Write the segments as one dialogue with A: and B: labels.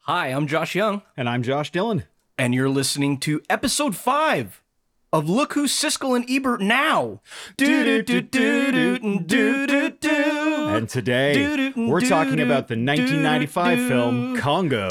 A: Hi, I'm Josh Young,
B: And I'm Josh Dillon.
A: and you're listening to episode five of Look Who's Siskel and Ebert Now.
B: And
A: And
B: today, we're talking about the 1995 film Congo.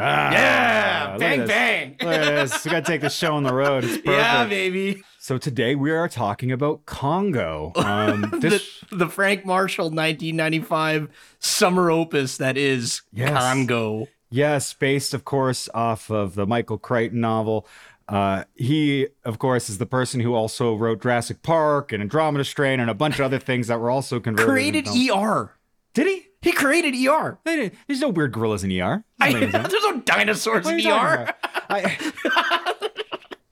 B: Ah,
A: Yeah,
B: look
A: bang,
B: at this.
A: bang.
B: Look at this. We got to take the show on the road. It's perfect.
A: Yeah, baby.
B: So today we are talking about Congo. Um,
A: The,
B: this,
A: the Frank Marshall 1995 summer opus that is
B: Yes.
A: Congo.
B: yes, based, of course, off of the Michael Crichton novel. Uh, he, of course, is the person who also wrote Jurassic Park and Andromeda Strain and a bunch of other things that were also converted.
A: Created
B: into films.
A: ER.
B: Did he?
A: He created ER.
B: They didn't- There's no weird gorillas in ER.
A: I,
B: Nothing is in it.
A: there's no dinosaurs
B: What are
A: in
B: you talking
A: ER.
B: about? I-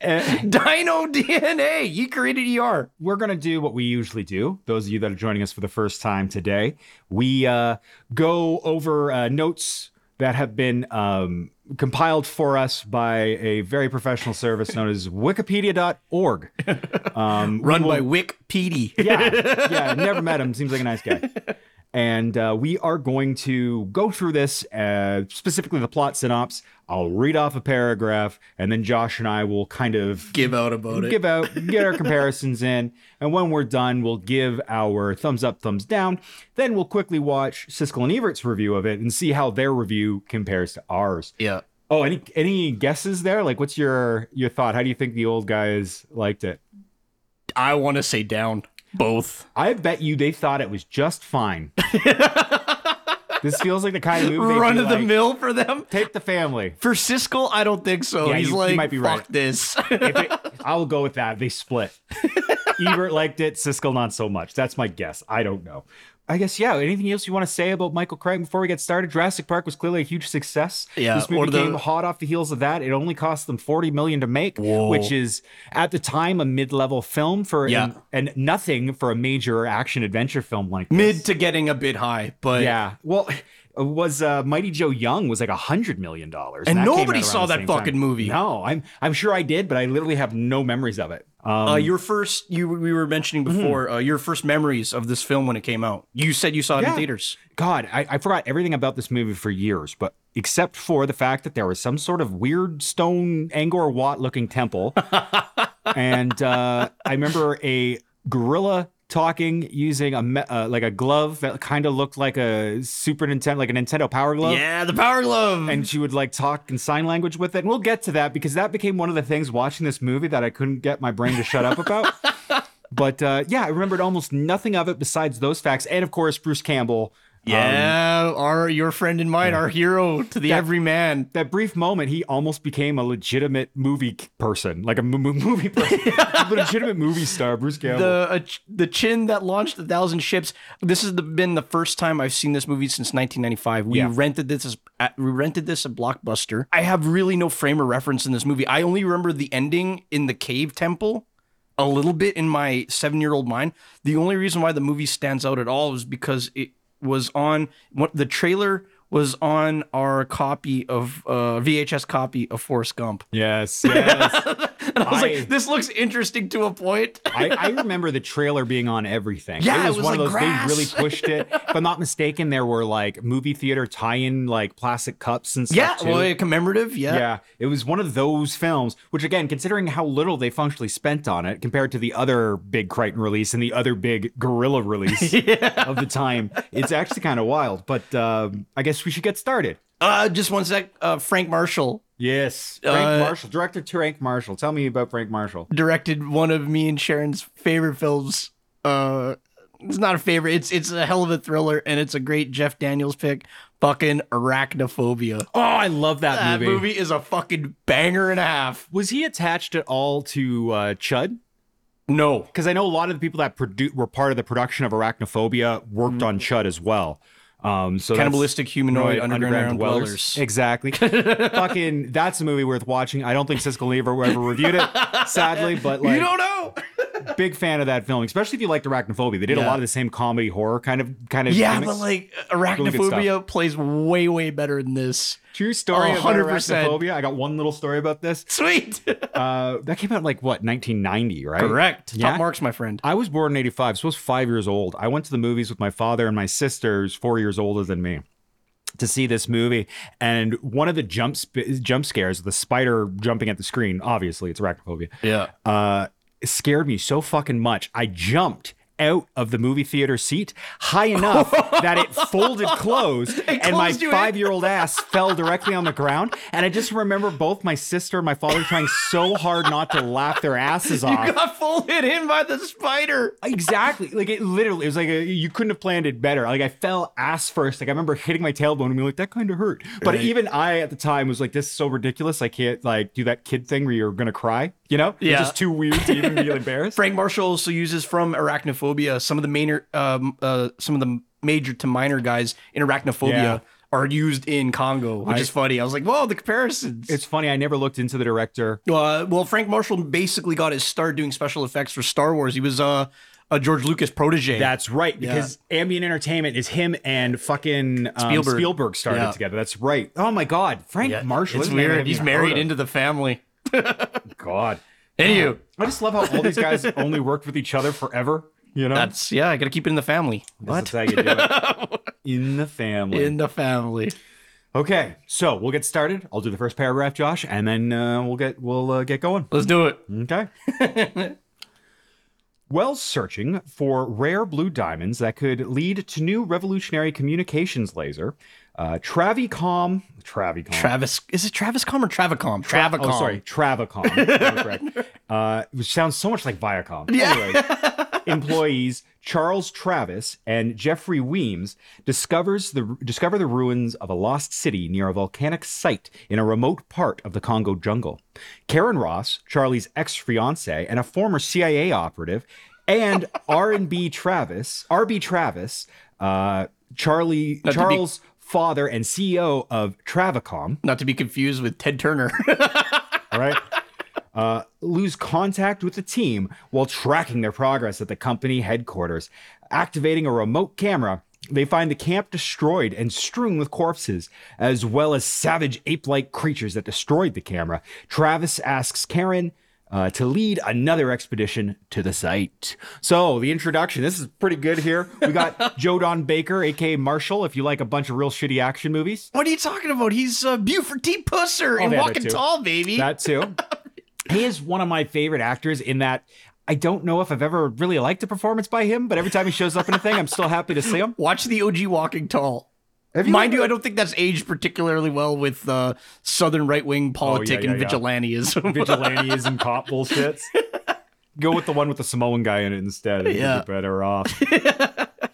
B: Uh,
A: Dino DNA. He created ER.
B: we're going to do what we usually do. Those of you that are joining us for the first time today, we uh, go over uh, notes that have been um, compiled for us by a very professional service known as wikipedia.org. Um,
A: Run
B: we will-
A: by Wikipedia.
B: yeah, yeah. Never met him. Seems like a nice guy. And uh, we are going to go through this, uh, specifically the plot synopsis. I'll read off a paragraph, and then Josh and I will kind of
A: Give out about it.
B: give out, get our comparisons in, and when we're done, we'll give our thumbs up, thumbs down. Then we'll quickly watch Siskel and Everett's review of it and see how their review compares to ours.
A: yeah.
B: Oh, any any guesses there? Like, what's your your thought? How do you think the old guys liked it?
A: I want to say down. Both.
B: I bet you they thought it was just fine. this feels like the kind of movie they'd
A: Run
B: be
A: of the
B: like,
A: mill for them.
B: Take the family.
A: For Siskel, I don't think so.
B: Yeah,
A: He's
B: you- you
A: like,
B: might be
A: fuck
B: right."
A: this.
B: If it, I will go with that. They split. Ebert liked it. Siskel not so much. That's my guess. I don't know. I guess yeah. Anything else you want to say about Michael Crichton before we get started? Jurassic Park was clearly a huge success.
A: Yeah,
B: this
A: or
B: movie
A: the-
B: came hot off the heels of that. It only cost them forty million to make,
A: Whoa.
B: which is at the time a mid-level film for
A: Yeah.
B: and, and nothing for a major action adventure film like this.
A: Mid to getting a bit high, but
B: Yeah. Well, it was uh, Mighty Joe Young was like a hundred million dollars,
A: And
B: that came
A: nobody
B: out around
A: saw
B: the
A: that
B: same
A: fucking
B: time.
A: movie.
B: No, I'm I'm sure I did, but I literally have no memories of it. Um, Mm-hmm.
A: uh, your first you we were mentioning before uh, your first memories of this film when it came out. You said you saw it
B: Yeah.
A: in theaters.
B: God, I, I forgot everything about this movie for years, but except for the fact that there was some sort of weird stone Angkor Wat looking temple, and uh, I remember a gorilla talking using a me- uh, like a glove that kind of looked like a Super Nintendo, like a Nintendo Power Glove.
A: yeah, the Power Glove.
B: Uh, and she would like talk in sign language with it. And we'll get to that because that became one of the things watching this movie that I couldn't get my brain to shut up about. But uh, yeah, I remembered almost nothing of it besides those facts. And of course, Bruce Campbell. um,
A: yeah, our your friend and mine, our hero to the
B: That-
A: everyman.
B: that brief moment, he almost became a legitimate movie k- person, like a mo- mo- movie person, a legitimate movie star, Bruce Campbell.
A: the uh, ch- the chin that launched a thousand ships. This has the- been the first time I've seen this movie since 1995. We
B: Yeah.
A: rented this as at, we rented this at Blockbuster. I have really no frame of reference in this movie. I only remember the ending in the cave temple a little bit in my seven year old mind. The only reason why the movie stands out at all is because it was on what the trailer was on our copy of uh, VHS copy of Forrest Gump.
B: yes, yes.
A: And I was
B: I-
A: like, this looks interesting to a point.
B: I, I remember the trailer being on everything.
A: Yeah,
B: it was,
A: it was
B: one
A: like
B: of those
A: grass.
B: they really pushed it. If I'm not mistaken, there were like movie theater tie-in like plastic cups and stuff.
A: Yeah,
B: too.
A: well, yeah, commemorative. Yeah.
B: Yeah, it was one of those films, which again, considering how little they functionally spent on it compared to the other big Crichton release and the other big Gorilla release of the time, it's actually kind of wild. But um, I guess we should get started.
A: Uh, just one sec. Uh, Frank Marshall
B: Yes, Frank
A: Uh,
B: Marshall, director to Frank Marshall. Tell me about Frank Marshall.
A: directed one of me and Sharon's favorite films. Uh, it's not a favorite. It's it's a hell of a thriller, and it's a great Jeff Daniels pick. Fucking arachnophobia.
B: Oh, I love that,
A: That movie is a fucking banger and a half.
B: Was he attached at all to uh, Chud?
A: No.
B: Because I know a lot of the people that produ- were part of the production of Arachnophobia worked on Chud as well. Um, so that's-
A: Mm-hmm. Cannibalistic humanoid
B: Right,
A: underground, dwellers.
B: Exactly. Fucking, that's a movie worth watching. I don't think Siskel and Ebert ever reviewed it, sadly, but
A: you
B: like,
A: don't know.
B: big fan of that film, especially if you liked Arachnophobia. They did a
A: Yeah.
B: lot of the same comedy horror kind of kind of.
A: Yeah,
B: gimmicks.
A: but like
B: good stuff.
A: arachnophobia plays way way better than this.
B: true story about
A: 100%.
B: Arachnophobia. I got one little story about this.
A: Sweet.
B: Uh, that came out in, like what 1990, right?
A: Correct.
B: Yeah.
A: Top marks, my friend.
B: I was born in 85, so I was five years old. I went to the movies with my father and my sisters, four years older than me. to see this movie. And one of the jump sp- jump scares, the spider jumping at the screen, obviously it's arachnophobia,
A: Yeah.
B: uh, it scared me so fucking much. I jumped out of the movie theater seat high enough that it folded closed and my
A: closed you in.
B: five year old ass fell directly on the ground. And I just remember both my sister and my father trying so hard not to laugh their asses off.
A: Got folded in by the spider.
B: Exactly. Like it literally, it was like a, you couldn't have planned it better. Like I fell ass first. Like I remember hitting my tailbone and being like, that kind of hurt. But
A: Right.
B: even I at the time was like, this is so ridiculous. I can't like do that kid thing where you're going to cry, you know?
A: Yeah.
B: It's just too weird to even be embarrassed.
A: Frank Marshall also uses from Arachnophobia some of the minor, um, uh, some of the major to minor guys in Arachnophobia
B: Yeah.
A: are used in Congo, which
B: I-
A: is funny. I was like, whoa, the comparisons.
B: It's funny. I never looked into the director.
A: Uh, well, Frank Marshall basically got his start doing special effects for Star Wars. He was uh, a George Lucas protege.
B: That's right, because Ambient Entertainment is him and fucking um,
A: Spielberg.
B: Spielberg. started
A: Yeah.
B: together. That's right. Oh my God, Frank
A: Yeah,
B: Marshall.
A: It's
B: this man I
A: weird.
B: haven't
A: He's
B: even
A: married
B: heard of.
A: into the family.
B: Oh, God.
A: Anywho,
B: I just love how all these guys only worked with each other forever. You know,
A: that's yeah. I gotta keep it in the family.
B: That's how you do it. In the family.
A: In the family.
B: okay, so we'll get started. I'll do the first paragraph, Josh, and then uh, we'll get we'll uh, get going.
A: Let's do it.
B: Okay. While searching for rare blue diamonds that could lead to new revolutionary communications laser, uh, Travicom, Travicom,
A: Travis. Is it Travis Com or Travicom? Travicom.
B: Oh, sorry, Travacom. That was correct. Uh, which sounds so much like Viacom. Anyway, employees Charles Travis and Jeffrey Weems discovers the discover the ruins of a lost city near a volcanic site in a remote part of the Congo jungle. Karen Ross, Charlie's ex-fiance and a former CIA operative, and R&B Travis, RB Travis, uh, Charlie
A: to be-
B: Charles. Father and CEO of Travacom,
A: Not to be confused with Ted Turner.
B: all right? Uh, lose contact with the team while tracking their progress at the company headquarters. Activating a remote camera, they find the camp destroyed and strewn with corpses, as well as savage ape like creatures that destroyed the camera. Travis asks Karen. Uh, to lead another expedition to the site. So, the introduction, this is pretty good here. We got Joe Don Baker, aka Marshall, if you like a bunch of real shitty action movies.
A: what are you talking about? He's uh, Buford T. Pusser in
B: they have it
A: Walking
B: too.
A: Tall, baby.
B: That too. he is one of my favorite actors in that I don't know if I've ever really liked a performance by him, but every time he shows up in a thing, I'm still happy to see him.
A: Watch the OG Walking Tall.
B: Have
A: Mind you, I don't think that's aged particularly well with uh, Southern right wing politic
B: Oh, yeah,
A: and
B: yeah.
A: vigilantism.
B: vigilantism cop bullshits? Go with the one with the Samoan guy in it instead. I think
A: Yeah.
B: You're better off.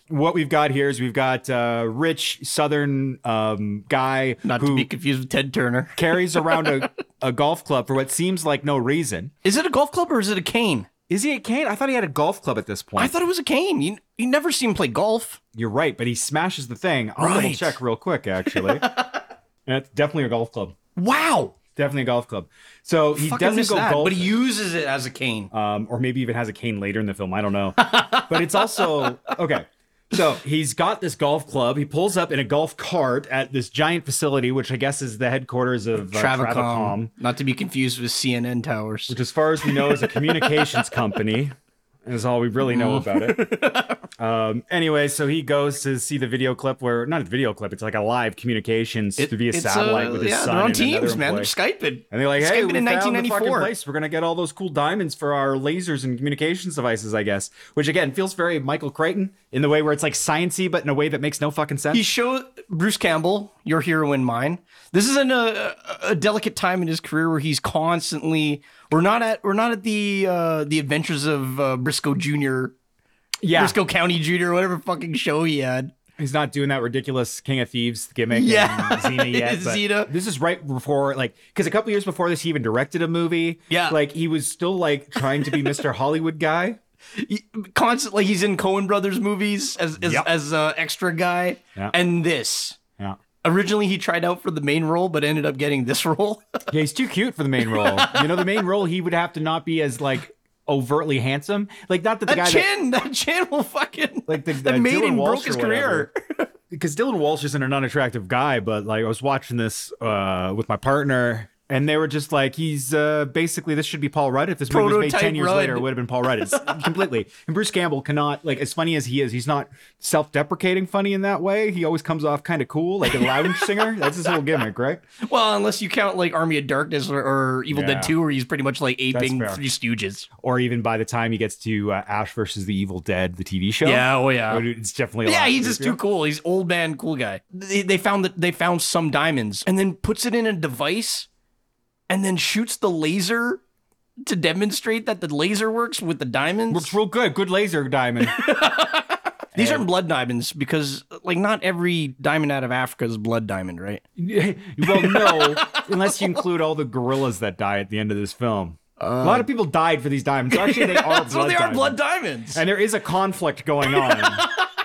B: what we've got here is we've got uh, rich Southern um, guy
A: Not to
B: who
A: be confused with Ted Turner.
B: carries around a, a golf club for what seems like no reason.
A: Is it a golf club or is it a cane?
B: Is he a cane? I thought he had a golf club at this point.
A: I thought it was a cane. You, you never see him play golf.
B: You're right, but he smashes the thing. I'll double
A: Right.
B: check real quick, actually. and it's definitely a golf club.
A: Wow.
B: Definitely a golf club. So he
A: Fucking
B: doesn't
A: miss
B: go
A: that,
B: golf,
A: but he uses it as a cane.
B: um, or maybe even has a cane later in the film. I don't know. but it's also okay. So he's got this golf club. He pulls up in a golf cart at this giant facility, which I guess is the headquarters of uh,
A: Travicom,
B: Travacom,
A: not to be confused with CNN towers.
B: which, as far as we know, is a communications company. Is all we really know about it. Um, anyway, so he goes to see the video clip where not a video clip, it's like a live communications
A: It-
B: via
A: it's,
B: satellite
A: uh,
B: with his
A: yeah,
B: son
A: They're on
B: and another
A: Teams, man. They're
B: employee.
A: skyping.
B: And they're like, "Hey,
A: Skyping
B: we
A: in
B: found the fucking
A: 1994.
B: place. We're gonna get all those cool diamonds for our lasers and communications devices, I guess." Which again feels very Michael Crichton in the way where it's like sciency, but in a way that makes no fucking sense.
A: He showed Bruce Campbell, your hero and mine. This is in a, a delicate time in his career where he's constantly. We're not at we're not at the uh, the adventures of uh, Briscoe Junior,
B: yeah,
A: Briscoe County Junior, whatever fucking show he had.
B: he's not doing that ridiculous King of Thieves gimmick.
A: Yeah.
B: and Xena yet. but
A: Xena.
B: This is right before, like, because a couple years before this, he even directed a movie.
A: Yeah.
B: like he was still like trying to be Mr. Hollywood guy.
A: Constantly, he's in Cohen Brothers movies as as,
B: Yep.
A: as uh, extra guy,
B: Yeah.
A: and this.
B: Yeah.
A: Originally, he tried out for the main role, but ended up getting this role.
B: Yeah, he's too cute for the main role. you know, the main role he would have to not be as like overtly handsome. Like not that the
A: that
B: guy
A: chin, that, chin will fucking
B: Like the-
A: that
B: uh,
A: made
B: Dylan
A: him broke
B: Walsh
A: his
B: or whatever.
A: career.
B: because Dylan Walsh isn't an unattractive guy, but like I was watching this uh with my partner And they were just like, he's uh, basically this should be Paul Rudd. If this movie was made
A: Prototype
B: ten years
A: Rudd.
B: later, it would have been Paul Rudd. It's completely. And Bruce Campbell cannot like as funny as he is, he's not self-deprecating funny in that way. He always comes off kind of cool, like a lounge singer. That's his whole gimmick, right?
A: Well, unless you count like Army of Darkness or, or Evil
B: Yeah.
A: Dead 2, where he's pretty much like aping
B: fair.
A: Three Stooges.
B: Or even by the time he gets to uh, Ash versus the Evil Dead, the TV show,
A: Yeah, oh yeah.
B: it's definitely a
A: Yeah,
B: lot
A: he's just
B: creepier.
A: too cool. He's old man, cool guy. They, they found that they found some diamonds, and then puts it in a device, and then shoots the laser to demonstrate that the laser works with the diamonds.
B: Looks real good. Good laser diamond.
A: These aren't blood diamonds because, like, not every diamond out of Africa is blood diamond, right?
B: well, no, unless you include all the gorillas that die at the end of this film. a lot of people died for these diamonds. Actually, they are
A: That's what
B: blood
A: Uh, they are
B: diamonds.
A: blood diamonds.
B: and there is a conflict going on.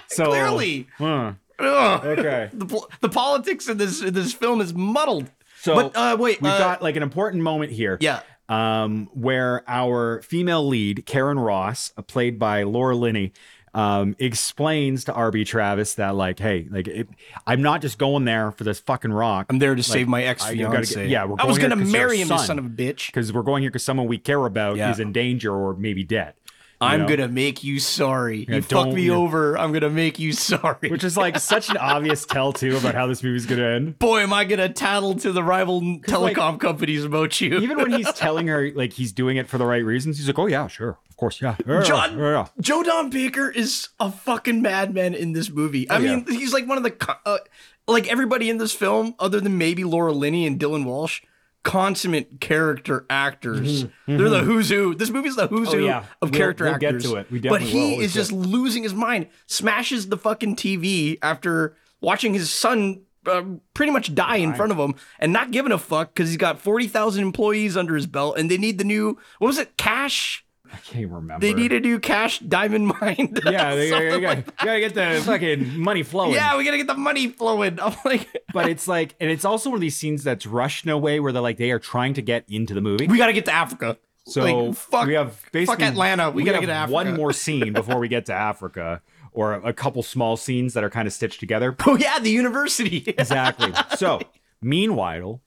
B: so
A: Clearly,
B: Huh.
A: Ugh.
B: okay.
A: the pol- the politics in this in this film is muddled.
B: So
A: but uh, wait,
B: we've
A: uh,
B: got like an important moment here.
A: yeah.
B: um, where our female lead, Karen Ross, uh, played by Laura Linney, um, explains to RB Travis that like, hey, like it, I'm not just going there for this fucking rock.
A: I'm there to
B: Like,
A: save my ex
B: I- you gotta
A: fiance.
B: get- yeah, we're
A: I was
B: going here
A: gonna
B: 'cause your
A: marry him, you
B: son-
A: son of a bitch.
B: because we're going here because someone we care about
A: Yeah.
B: is in danger or maybe dead. you
A: I'm
B: know?
A: gonna make you sorry.
B: Yeah,
A: you fuck
B: don't-
A: me
B: yeah.
A: over. I'm gonna make you sorry.
B: Which is like such an obvious tell too about how this movie's gonna end.
A: Boy, am I gonna tattle to the rival
B: like-
A: telecom companies about you.
B: Even when he's telling her like he's doing it for the right reasons, he's like, "Oh yeah, sure, of course, yeah." yeah,
A: John-
B: yeah, yeah."
A: Joe Don Baker is a fucking madman in this movie. I
B: Oh, yeah.
A: mean, he's like one of the co- uh, like everybody in this film, other than maybe Laura Linney and Dylan Walsh, consummate character actors. They're the who's who. This movie's the who's
B: Mm-hmm, Oh,
A: who
B: yeah.
A: of
B: We'll-
A: character
B: we'll get
A: actors.
B: to it. We
A: but
B: definitely
A: he
B: will.
A: is just losing his mind. Smashes the fucking TV after watching his son. Uh, pretty much die in front of him and not giving a fuck because he's got 40,000 employees under his belt and they need the new, what was it, cash?
B: I can't even remember.
A: They need a new cash diamond mine.
B: yeah, they,
A: Something
B: gotta,
A: like-
B: gotta get the fucking money flowing.
A: yeah, we gotta get the money flowing. I'm like,
B: but it's like, and it's also one of these scenes that's rushed in a way where they're like they are trying to get into the movie.
A: we gotta get to Africa.
B: So
A: Like, fuck,
B: we have
A: fuck
B: basically
A: Atlanta. We, gotta
B: have
A: get to Africa.
B: one more scene before we get to Africa, or a, a couple small scenes that are kind of stitched together.
A: Oh yeah, the university.
B: Exactly. so meanwhile,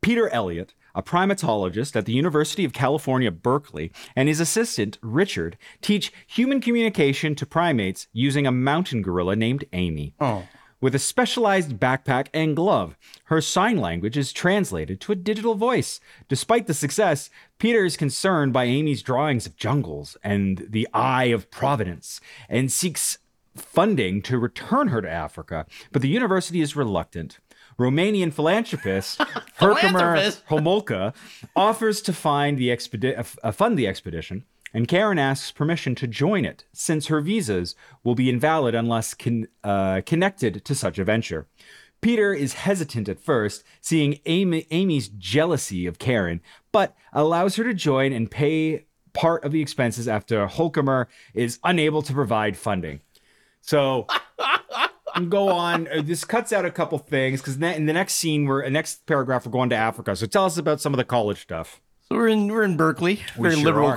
B: Peter Elliott. A primatologist at the University of California, Berkeley, and his assistant, Richard, teach human communication to primates using a mountain gorilla named Amy.
A: oh,
B: With a specialized backpack and glove, her sign language is translated to a digital voice. Despite the success, Peter is concerned by Amy's drawings of jungles and the Eye of Providence and seeks funding to return her to Africa, but the university is reluctant. Romanian philanthropist Herkimer
A: Philanthropist?
B: Homolka offers to find the expedi- uh, fund the expedition, and Karen asks permission to join it, since her visas will be invalid unless con- uh, connected to such a venture. Peter is hesitant at first, seeing Amy- Amy's jealousy of Karen, but allows her to join and pay part of the expenses after Holcomer is unable to provide funding. So and go on. Uh, This cuts out a couple things because in the next scene, we're in the next paragraph, we're going to Africa. So tell us about some of the college stuff.
A: so we're in we're in Berkeley, very
B: sure
A: liberal
B: are. Mm-hmm.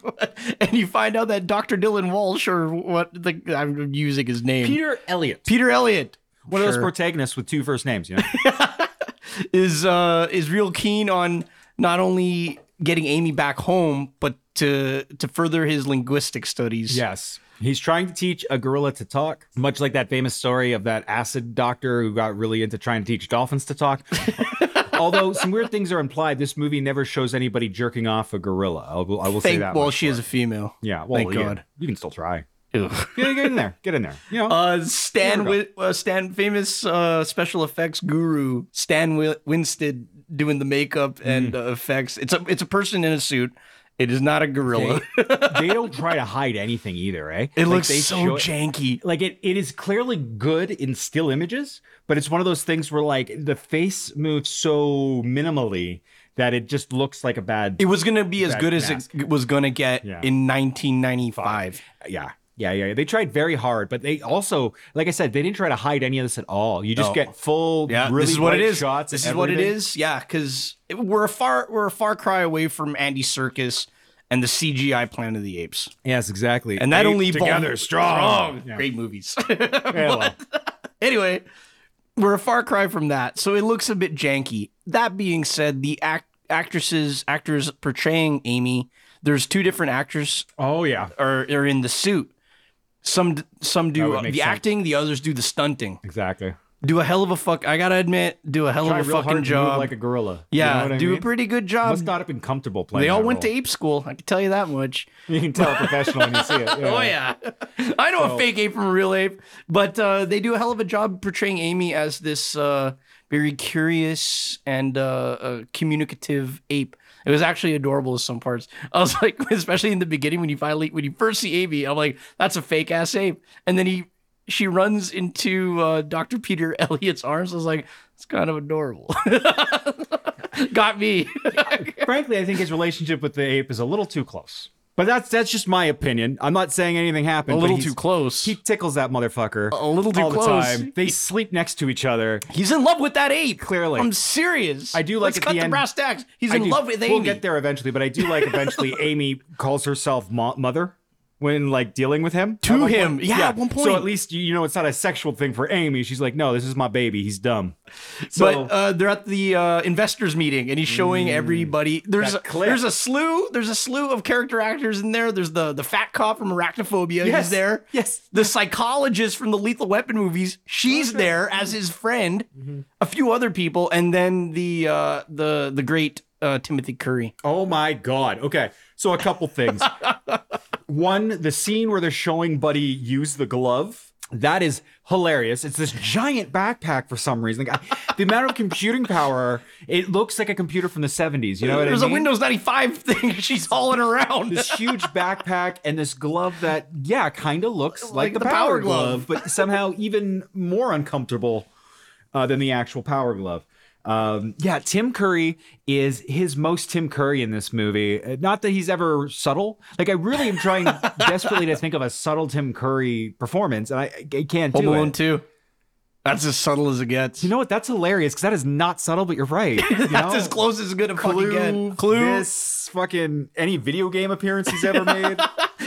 A: college, and you find out that Dr. Dylan Walsh or what the I'm using his name,
B: Peter Elliott,
A: Peter Elliott.
B: one of those
A: Sure.
B: protagonists with two first names. You know,
A: is uh is real keen on not only getting Amy back home, but to to further his linguistic studies.
B: yes. He's trying to teach a gorilla to talk, much like that famous story of that acid doctor who got really into trying to teach dolphins to talk. Although some weird things are implied, this movie never shows anybody jerking off a gorilla. I will, I will say
A: Thank
B: that.
A: well,
B: much
A: she
B: for
A: is
B: it.
A: a female.
B: yeah. Well,
A: thank
B: yeah,
A: God.
B: you can still try. Yeah, get in there. Get in there. You know,
A: Uh, Stan, Wi- uh, Stan, famous uh, special effects guru Stan Wi- Winstead doing the makeup
B: Mm.
A: and uh, effects. It's a it's a person in a suit. It is not a gorilla.
B: they don't try to hide anything either, eh?
A: Uh, It
B: Like,
A: looks
B: they
A: so
B: show-
A: janky.
B: like it, it is clearly good in still images, but it's one of those things where like the face moves so minimally that it just looks like a bad
A: It was gonna be as
B: That
A: good as
B: mask.
A: it was gonna get
B: Yeah.
A: in 1995.
B: yeah. Yeah, yeah, yeah. They tried very hard, but they also, like I said, they didn't try to hide any of this at all. You just
A: No.
B: get full,
A: Yeah,
B: really
A: this is what it
B: bright
A: is.
B: shots.
A: This
B: and
A: is what it
B: everything.
A: is. Yeah, because we're a far we're a far cry away from Andy Circus and the CGI Planet of the Apes,
B: Yes, exactly.
A: and that only evolved-
B: together strong.
A: Strong. great movies.
B: Yeah, well,
A: anyway, We're a far cry from that, so it looks a bit janky. That being said, the act actresses actors portraying Amy, there's two different actors
B: Oh yeah,
A: are, are in the suit. Some d- some
B: That
A: do
B: would
A: uh, the
B: make sense.
A: acting, the others do the stunting.
B: exactly.
A: Do a hell of a fuck. I gotta admit, do a hell
B: Try
A: of a
B: real hard
A: fucking
B: to move
A: job.
B: like a gorilla. You
A: yeah,
B: know what I
A: do
B: mean?
A: a pretty good job.
B: Must not have been comfortable playing.
A: They all
B: that
A: went to
B: role.
A: ape school. I can tell you that much.
B: You can tell a professional when you see it.
A: Oh yeah, I know a fake ape from a real ape, but uh, they do a hell of a job portraying Amy as this uh, very curious and uh, uh, communicative ape. It was actually adorable in some parts. I was like, especially in the beginning when you finally when you first see Amy, I'm like, that's a fake ass ape, and then he she runs into uh, Dr. Peter Elliott's arms. I was like, it's kind of adorable. Got me.
B: Frankly, I think his relationship with the ape is a little too close. But that's that's just my opinion. I'm not saying anything happened.
A: a
B: but
A: little
B: he's-
A: too close.
B: He tickles that motherfucker
A: a little too
B: all
A: close.
B: the time. They sleep next to each other.
A: He's in love with that ape.
B: Clearly.
A: I'm serious.
B: I do like
A: Let's
B: at
A: cut
B: the
A: the
B: end-
A: brass tacks. He's
B: I
A: in
B: do-
A: love with Amy.
B: We'll get there eventually, but I do like eventually Amy calls herself mo- mother when like dealing with him
A: To
B: At one
A: him.
B: point.
A: Yeah, at one point.
B: So at least you- you know it's not a sexual thing for Amy. She's like, no, this is my baby. He's dumb. So Mm.
A: but uh, they're at the uh, investors meeting, and he's showing everybody. There's a,
B: that clip.
A: there's a slew. There's a slew of character actors in there. There's the the fat cop from Arachnophobia.
B: Yes,
A: He's there.
B: yes.
A: The psychologist from the Lethal Weapon movies. She's there as his friend.
B: Mm-hmm.
A: A few other people, and then the uh, the the great uh, Timothy Curry.
B: Oh my god. Okay. So a couple things. One, the scene where they're showing Buddy use the glove. That is hilarious. It's this giant backpack for some reason. Like, I- the amount of computing power, it looks like a computer from the 70s. You know what
A: There's
B: I mean?
A: a Windows 95 thing she's hauling around.
B: This huge backpack and this glove that, yeah, kind of looks like, the, power, glove, but somehow even more uncomfortable uh, than the actual power glove. Um, yeah, Tim Curry is his most Tim Curry in this movie. Uh, Not that he's ever subtle. Like I really am trying desperately to think of a subtle Tim Curry performance, and I, I can't
A: Home
B: do
A: Alone
B: it.
A: Two. That's as subtle as it gets.
B: You know what? That's hilarious because that is not subtle, but you're right. You
A: That's
B: know?
A: as close as it's gonna fucking
B: Clue,
A: get. Clue,
B: this fucking any video game appearance he's ever made.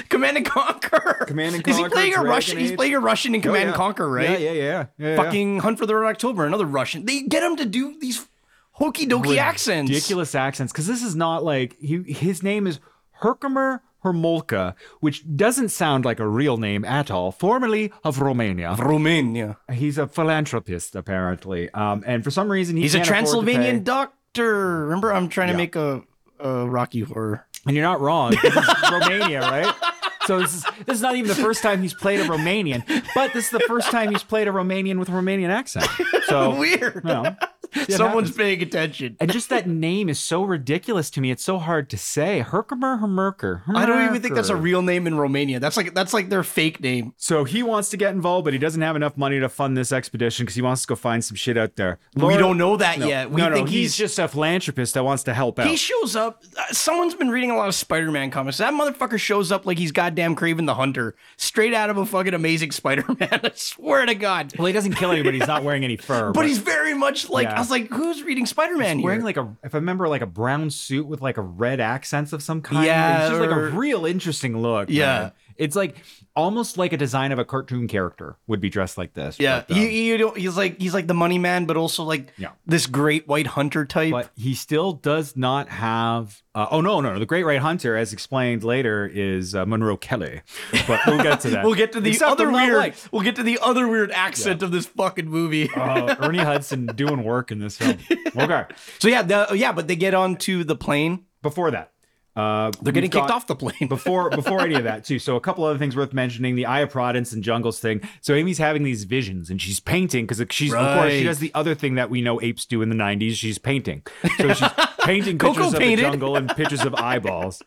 A: Command and Conquer.
B: Command and
A: Is he
B: Conquer,
A: playing
B: Dragon
A: a Russian? He's
B: Age.
A: playing a Russian in
B: Oh,
A: Command
B: yeah.
A: and Conquer, right?
B: Yeah, yeah, yeah. yeah, yeah.
A: Fucking Hunt for the Red October, another Russian. They get him to do these hokey dokey accents.
B: ridiculous accents because this is not like he, his name is Herkimer Hermolka, which doesn't sound like a real name at all. Formerly of Romania,
A: Romania.
B: he's a philanthropist apparently, um, and for some reason he
A: He's a
B: can't afford to
A: Transylvanian
B: pay-
A: doctor. Remember, I'm trying to make a, a Rocky horror.
B: And you're not wrong. This is Romania, right? So this is this is not even the first time he's played a Romanian, but this is the first time he's played a Romanian with a Romanian accent. So
A: Weird.
B: you know. it
A: Someone's
B: happens.
A: paying attention.
B: And just that name is so ridiculous to me. It's so hard to say. Herkimer Hermerker.
A: I don't even think that's a
B: Hermerker.
A: real name in Romania. That's like that's like their fake name.
B: So he wants to get involved, but he doesn't have enough money to fund this expedition because he wants to go find some shit out there.
A: we
B: Laura-
A: don't know that yet. We
B: no, no,
A: think
B: he's, just a philanthropist that wants to help out.
A: He shows up. uh, Someone's been reading a lot of Spider-Man comics. That motherfucker shows up like he's goddamn Craven the Hunter, straight out of a fucking amazing Spider-Man. I swear to God.
B: well, he doesn't kill anybody. He's not wearing any fur.
A: But he's very much like I
B: Yeah.
A: was like, who's reading Spider-Man here?
B: wearing like a, if I remember, like a brown suit with like a red accents of some kind.
A: Yeah,
B: it's just like
A: or-
B: a real interesting look.
A: Yeah.
B: man. it's like almost like a design of a cartoon character would be dressed like this.
A: yeah,
B: but, um,
A: he, he- you don't- he's like he's like the money man, but also like
B: Yeah.
A: this great white hunter type.
B: but he still does not have. Uh, oh no, no, no! The Great Right Hunter, as explained later, is uh, Monroe Kelly. But we'll get to that.
A: we'll get to the
B: Except
A: other
B: I'm not
A: weird.
B: like,
A: We'll get to the other weird accent of this fucking movie.
B: uh, Ernie Hudson doing work in this film. Okay.
A: so yeah, the, yeah, but they get onto the plane.
B: Before that, uh,
A: They're getting kicked off the plane.
B: Before before any of that too, so a couple other things worth mentioning: the Eye of Providence and Jungles thing. So Amy's having these visions, and she's painting because she's of course
A: Right.
B: she does the other thing that we know apes do in the '90s. She's painting, so she's painting
A: Coco
B: pictures
A: painted.
B: of the jungle and pictures of eyeballs.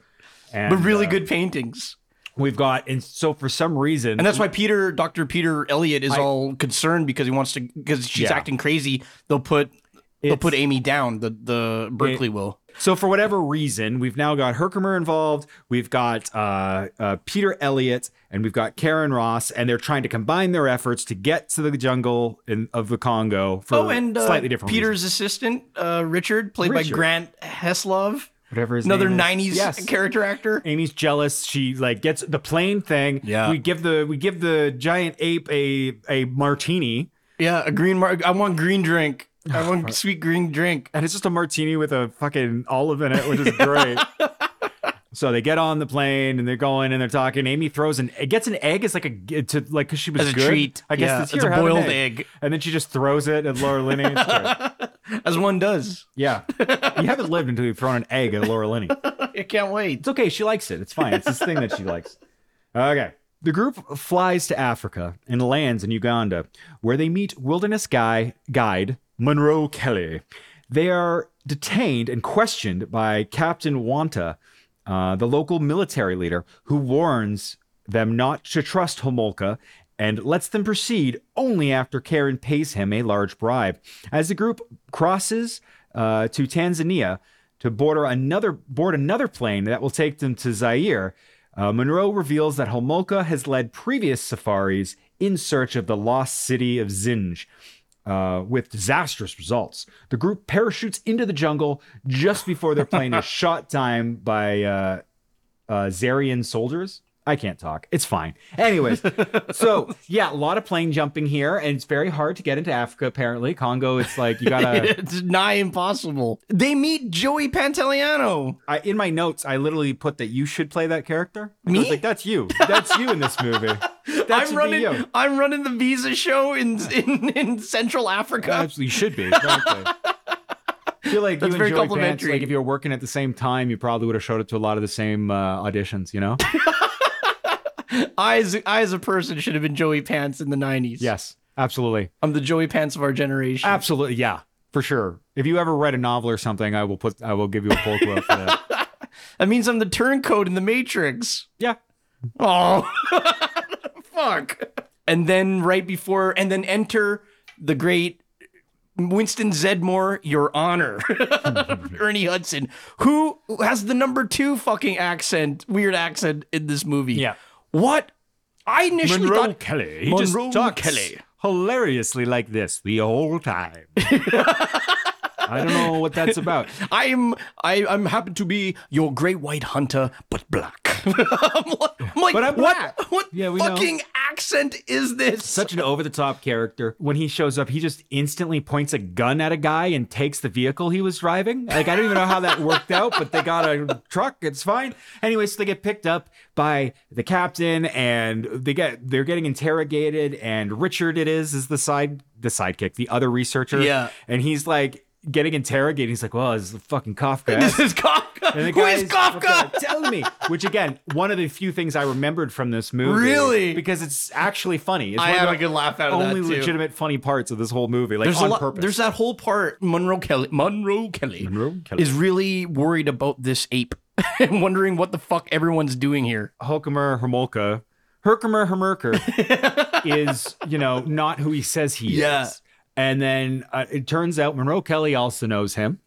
B: And,
A: But really
B: uh,
A: good paintings.
B: We've got, and so for some reason,
A: And that's why Peter, Dr. Peter Elliot is all concerned because he wants to because she's
B: Yeah.
A: acting crazy. They'll put they'll
B: It's-
A: put Amy down. The the Berkeley will.
B: so for whatever reason, we've now got Herkimer involved, we've got uh, uh, Peter Elliott, and we've got Karen Ross, and they're trying to combine their efforts to get to the jungle in, of the Congo for
A: Oh, and uh,
B: slightly different
A: Peter's
B: reasons.
A: assistant, uh, Richard, played by
B: Richard.
A: Grant Heslov,
B: whatever his
A: another
B: name is.
A: '90s
B: Yes.
A: character actor.
B: Amy's jealous. She like gets the plane thing.
A: Yeah.
B: We give the we give the giant ape a a martini.
A: Yeah, a green mark. I want green drink. I want sweet green drink.
B: and it's just a martini with a fucking olive in it, which is great. so they get on the plane and they're going and they're talking. Amy throws an gets an egg as like a to like because she was
A: As a
B: good.
A: treat.
B: I guess
A: Yeah,
B: this
A: it's
B: year
A: a
B: had an
A: boiled egg.
B: and then she just throws it at Laura Linney. It's great.
A: As one does.
B: Yeah, you haven't lived until you've thrown an egg at Laura Linney.
A: I can't wait.
B: It's okay. She likes it. It's fine. It's this thing that she likes. Okay. The group flies to Africa and lands in Uganda, where they meet wilderness guy guide Monroe Kelly. They are detained and questioned by Captain Wanta, uh, the local military leader, who warns them not to trust Homolka and lets them proceed only after Karen pays him a large bribe. As the group crosses uh, to Tanzania to border another board another plane that will take them to Zaire, uh, Monroe reveals that Homolka has led previous safaris in search of the lost city of Zinj. Uh, with disastrous results, the group parachutes into the jungle just before their plane is shot down by uh, uh, Zarian soldiers. I can't talk. It's fine. Anyways, so yeah, a lot of plane jumping here, and it's very hard to get into Africa. Apparently, Congo. It's like you gotta.
A: it's nigh impossible. They meet Joey Pantoliano.
B: I, in my notes, I literally put that you should play that character. I was
A: Me?
B: like, that's you. That's you in this movie. That should
A: I'm
B: be
A: running.
B: you.
A: I'm running the visa show in in, in Central Africa.
B: Absolutely, you should be. frankly. I feel like
A: That's very
B: you and Joey Pants,
A: complimentary.
B: like if you were working at the same time, you probably would have showed up to a lot of the same uh, auditions, you know?
A: I as I as a person should have been Joey Pants in the '90s.
B: yes, absolutely.
A: I'm the Joey Pants of our generation.
B: Absolutely, yeah, for sure. If you ever read a novel or something, I will put, I will give you a full quote for that.
A: that means I'm the turncoat in the Matrix.
B: Yeah,
A: Oh, fuck. And then right before, and then enter the great Winston Zedmore, Your Honor, Ernie Hudson, who has the number two fucking accent, weird accent in this movie.
B: Yeah.
A: What? I initially
B: Monroe
A: thought
B: Kelly. He just
A: Monroe
B: talks
A: Kelly.
B: hilariously like this the whole time. I don't know what that's about.
A: I'm I, I'm happen to be your great white hunter, but black. I'm like, I'm like,
B: But
A: what?
B: I'm black.
A: What
B: Yeah, we know.
A: fucking accent is this?
B: Such an over the top character. When he shows up, he just instantly points a gun at a guy and takes the vehicle he was driving. Like, I don't even know how that worked out, but they got a truck. It's fine. Anyway, so they get picked up by the captain and they get, they're getting interrogated. And Richard, it is, is the side, the sidekick, the other researcher.
A: Yeah.
B: And he's like, Getting interrogated, he's like, "Well, this is a fucking Kafka."
A: this is Kafka.
B: And the
A: Who is
B: guys-
A: Kafka?
B: Tell me. Which again, one of the few things I remembered from this movie.
A: Really?
B: Because it's actually funny. It's
A: I
B: one
A: had
B: of
A: a
B: the
A: good laugh out of that
B: only
A: too.
B: legitimate funny parts of this whole movie, like
A: there's a
B: on
A: lot,
B: purpose.
A: There's that whole part. Monroe Kelly. Monroe Kelly,
B: Monroe Kelly.
A: is really worried about this ape and wondering what the fuck everyone's doing here.
B: Hulkamer Hermolka. Herkimer Hermerker is, you know, not who he says he
A: Yeah.
B: is. And then uh, it turns out Monroe Kelly also knows him.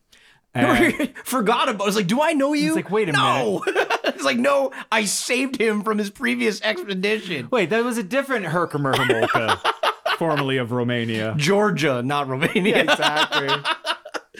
B: And
A: Forgot about. It's like, do I know you?
B: like, wait a
A: no. it's like, no. I saved him from his previous expedition.
B: wait, that was a different Herkimer Hermolka, formerly of Romania.
A: Georgia, not Romania.
B: Exactly.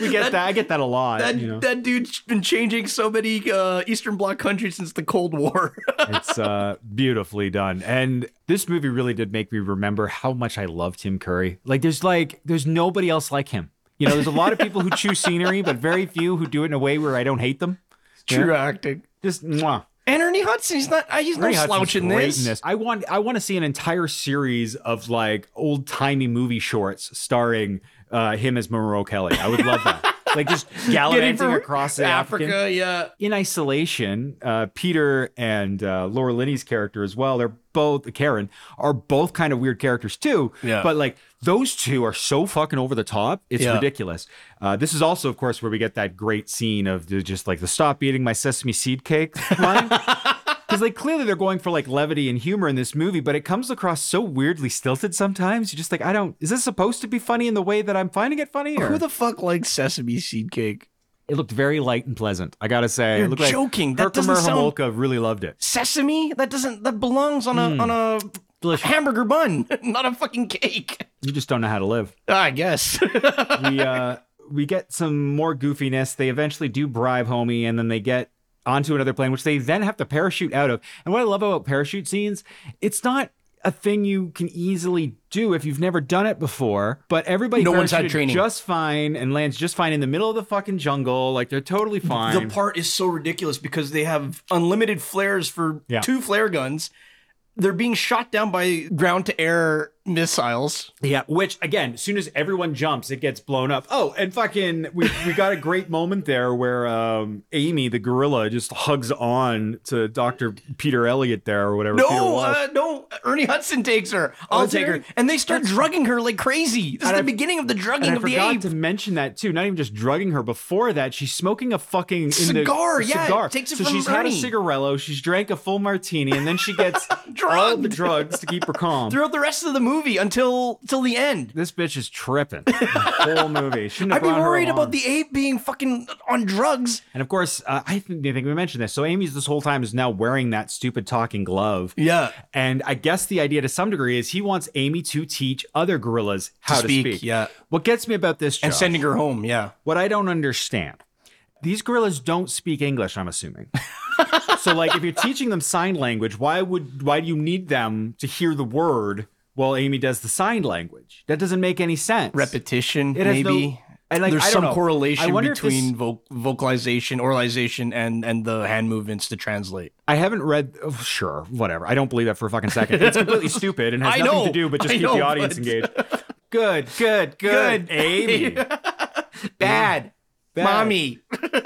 B: We get that. I get that a lot.
A: That,
B: you know?
A: that dude's been changing so many uh, Eastern Bloc countries since the Cold War.
B: it's uh, beautifully done. And this movie really did make me remember how much I love Tim Curry. Like there's like there's nobody else like him. You know, there's a lot of people who choose scenery, but very few who do it in a way where I don't hate them.
A: True acting.
B: Just mwah.
A: And Ernie Hudson, he's not. uh, He's
B: Ernie
A: no
B: Hudson's
A: slouch in
B: great
A: this.
B: in I want I want to see an entire series of like old timey movie shorts starring uh, him as Monroe Kelly. I would love that. like just
A: Getting
B: gallivanting
A: from
B: across the African
A: Africa, yeah.
B: in isolation, uh, Peter and uh, Laura Linney's character as well, they're both Karen are both kind of weird characters too.
A: Yeah.
B: But like those two are so fucking over the top, it's
A: Yeah.
B: ridiculous. Uh, this is also, of course, where we get that great scene of the, just like the stop eating my sesame seed cake line. Because like clearly they're going for like levity and humor in this movie, but it comes across so weirdly stilted sometimes. You're just like, I don't. Is this supposed to be funny in the way that I'm finding it funny? Or?
A: Who the fuck likes sesame seed cake?
B: it looked very light and pleasant. I gotta say,
A: You're
B: it looked
A: joking.
B: Like
A: That doesn't
B: Herkimer
A: sound-
B: Homolka really loved it.
A: Sesame? That doesn't. That belongs on a on a
B: Hmm. Delicious.
A: hamburger bun, not a fucking cake. Ah,
B: You just don't know how to live.
A: I guess.
B: We uh, we get some more goofiness. They eventually do bribe homie, and then they get onto another plane, which they then have to parachute out of. And what I love about parachute scenes, it's not a thing you can easily do if you've never done it before. But everybody
A: No one's had
B: parachuted
A: training.
B: just fine and lands just fine in the middle of the fucking jungle. Like they're totally fine.
A: The part is so ridiculous because they have unlimited flares for
B: Yeah.
A: two flare guns. They're being shot down by ground to air missiles.
B: Yeah, which again, as soon as everyone jumps, it gets blown up. Oh, and fucking, we, we got a great moment there where um, Amy, the gorilla, just hugs on to Doctor Peter Elliot there or whatever. Peter
A: No,
B: Walsh.
A: uh, no. Ernie Hudson takes her. I'll
B: Oh, is it
A: take her.
B: Ernie?
A: And they start drugging her like crazy. This is
B: And
A: the
B: I-
A: beginning of the drugging
B: and I
A: of the
B: forgot
A: ape.
B: to mention that too. Not even just drugging her. Before that, she's smoking a fucking in the-
A: Cigar,
B: a
A: yeah, it
B: cigar.
A: takes it
B: so
A: from
B: she's had a
A: Ernie.
B: cigarello. She's drank a full martini, and then she gets all the
A: Drugged.
B: drugs to keep her calm.
A: Throughout the rest of the movie until till the end.
B: This bitch is tripping. The whole movie. Shouldn't have
A: I'd be
B: brought her
A: worried
B: along.
A: about the ape being fucking on drugs.
B: And of course, uh, I think, I think we mentioned this. So Amy's this whole time is now wearing that stupid talking glove.
A: Yeah.
B: And I guess the idea to some degree is he wants Amy to teach other gorillas how to speak.
A: speak, yeah.
B: What gets me about this,
A: And
B: Josh,
A: sending her home. Yeah.
B: what I don't understand, these gorillas don't speak English, I'm assuming. so like if you're teaching them sign language, why would why do you need them to hear the word while Amy does the sign language? That doesn't make any sense.
A: Repetition,
B: It has no-
A: maybe.
B: and, like,
A: There's
B: I don't
A: some
B: know. I
A: correlation
B: wonder if this-
A: between voc vocalization, oralization, and and the hand movements to translate.
B: I haven't read. Oh, sure, whatever. I don't believe that for a fucking second. It's completely stupid and has
A: I
B: nothing to
A: know,
B: do but just
A: I
B: keep
A: know,
B: the
A: but-
B: audience engaged. Good, good, good,
A: Good.
B: Amy.
A: Bad,
B: Bad.
A: mommy.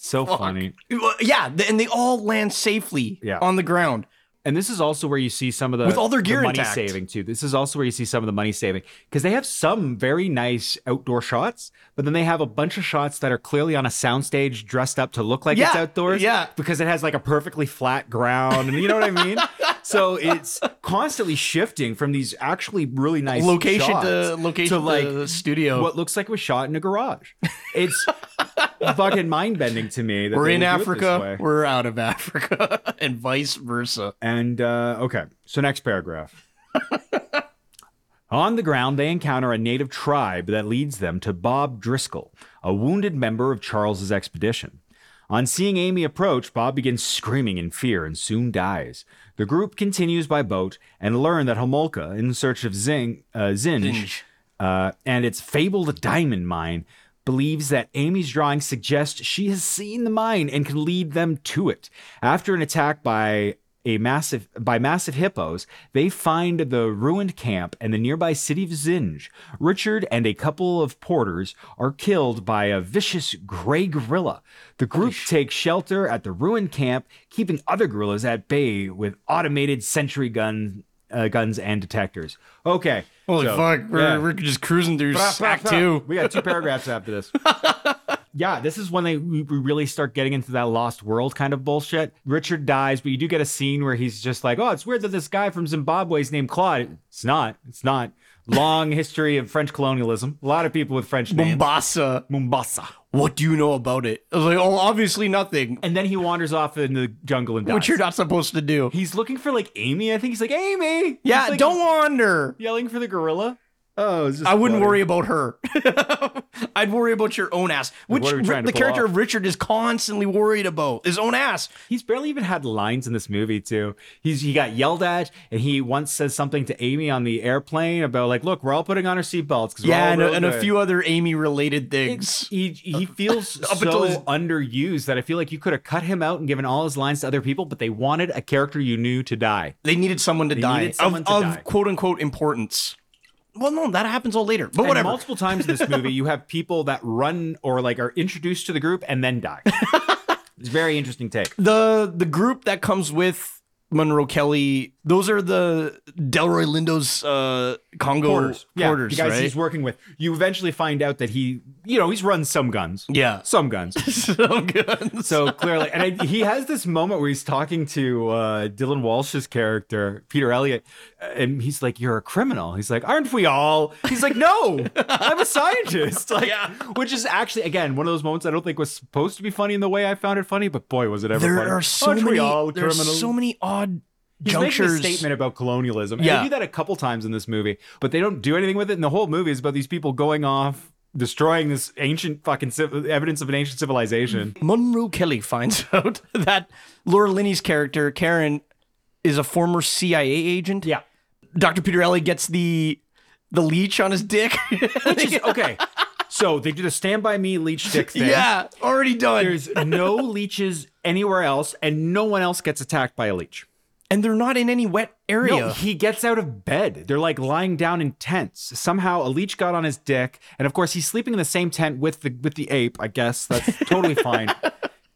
B: So funny.
A: Well, Yeah, th- and they all land safely
B: Yeah.
A: on the ground.
B: And this is also where you see some of the
A: With all their
B: the
A: gear
B: money
A: intact.
B: saving too. This is also where you see some of the money saving because they have some very nice outdoor shots, but then they have a bunch of shots that are clearly on a soundstage dressed up to look like it's
A: Yeah,
B: outdoors.
A: yeah.
B: because it has like a perfectly flat ground, and you know what I mean. so it's constantly shifting from these actually really nice
A: location
B: shots
A: to location
B: to like
A: to studio.
B: what looks like it was shot in a garage. It's fucking mind bending to me. That
A: we're
B: they
A: in
B: would do it this way.
A: Africa. We're out of Africa, and vice versa.
B: And uh, okay, so next paragraph. On the ground, they encounter a native tribe that leads them to Bob Driscoll, a wounded member of Charles's expedition. On seeing Amy approach, Bob begins screaming in fear and soon dies. The group continues by boat and learn that Homolka, in search of Zing, uh, Zinj,
A: Zinj.
B: Uh, and its fabled diamond mine, believes that Amy's drawings suggest she has seen the mine and can lead them to it. After an attack by a massive by massive hippos, they find the ruined camp and the nearby city of Zinj. Richard and a couple of porters are killed by a vicious gray gorilla. The group takes shelter at the ruined camp, keeping other gorillas at bay with automated sentry gun, uh, guns and detectors. Okay.
A: Holy
B: so,
A: fuck, we're,
B: yeah.
A: we're just cruising through
B: Bah, bah,
A: Sack
B: bah.
A: Two.
B: We got two paragraphs after this. Yeah, this is when they we we really start getting into that lost world kind of bullshit. Richard dies, but you do get a scene where he's just like, "Oh, it's weird that this guy from Zimbabwe is named Claude." It's not. It's not. Long history of French colonialism. A lot of people with French names.
A: Mombasa.
B: Mombasa.
A: What do you know about it? I was like, oh, obviously nothing,
B: And then he wanders off in the jungle and dies.
A: which you're not supposed to do.
B: he's looking for like Amy. I think he's like Amy.
A: Yeah,
B: He's, like,
A: don't wander.
B: yelling for the gorilla. Oh, it's just
A: I wouldn't
B: funny.
A: worry about her. I'd worry about your own ass, which
B: what are we
A: Ri-
B: trying to
A: the
B: pull
A: character
B: off?
A: of Richard is constantly worried about his own ass.
B: He's barely even had lines in this movie too. He's he got yelled at, and he once says something to Amy on the airplane about like, "Look, we're all putting on our seatbelts." 'cause we're all
A: Yeah, and, a-
B: real
A: and a
B: good."
A: few other Amy related things.
B: He he feels
A: Up
B: so
A: until his-
B: underused that I feel like you could have cut him out and given all his lines to other people, but they wanted a character you knew to die.
A: They needed someone to die
B: needed someone
A: of,
B: to
A: of
B: die.
A: quote unquote importance. Well, no, that happens all later. But
B: And
A: whatever.
B: multiple times in this movie, you have people that run or like are introduced to the group and then die. it's a very interesting take.
A: the the group that comes with Monroe Kelly, those are the Delroy Lindo's uh, Congo
B: Porters,
A: porters,
B: yeah, the guys
A: right?
B: he's working with. You eventually find out that he, you know, he's run some guns,
A: yeah,
B: some guns.
A: so good.
B: So clearly, and I, he has this moment where he's talking to uh, Dylan Walsh's character, Peter Elliott, and he's like, "You're a criminal." He's like, "Aren't we all?" He's like, "No, I'm a scientist." Like,
A: Yeah.
B: which is actually again one of those moments I don't think was supposed to be funny in the way I found it funny, but boy, was it ever!
A: there
B: funny.
A: are so
B: Aren't
A: many.
B: we all
A: there are
B: criminals?
A: so many odd
B: He's
A: junctures.
B: making a statement about colonialism. And
A: Yeah.
B: they do that a couple times in this movie, but they don't do anything with it. And the whole movie is about these people going off, destroying this ancient fucking civ- evidence of an ancient civilization.
A: Monroe Kelly finds out that Laura Linney's character Karen is a former CIA agent.
B: Yeah.
A: Dr. Peter Ellie gets the the leash on his dick.
B: Which is okay. So they did a Stand By Me leech stick thing.
A: yeah, already done.
B: There's no leeches anywhere else, and no one else gets attacked by a leech.
A: and they're not in any wet area.
B: No, he gets out of bed. They're like lying down in tents. Somehow a leech got on his dick, and of course he's sleeping in the same tent with the with the ape. I guess that's totally fine.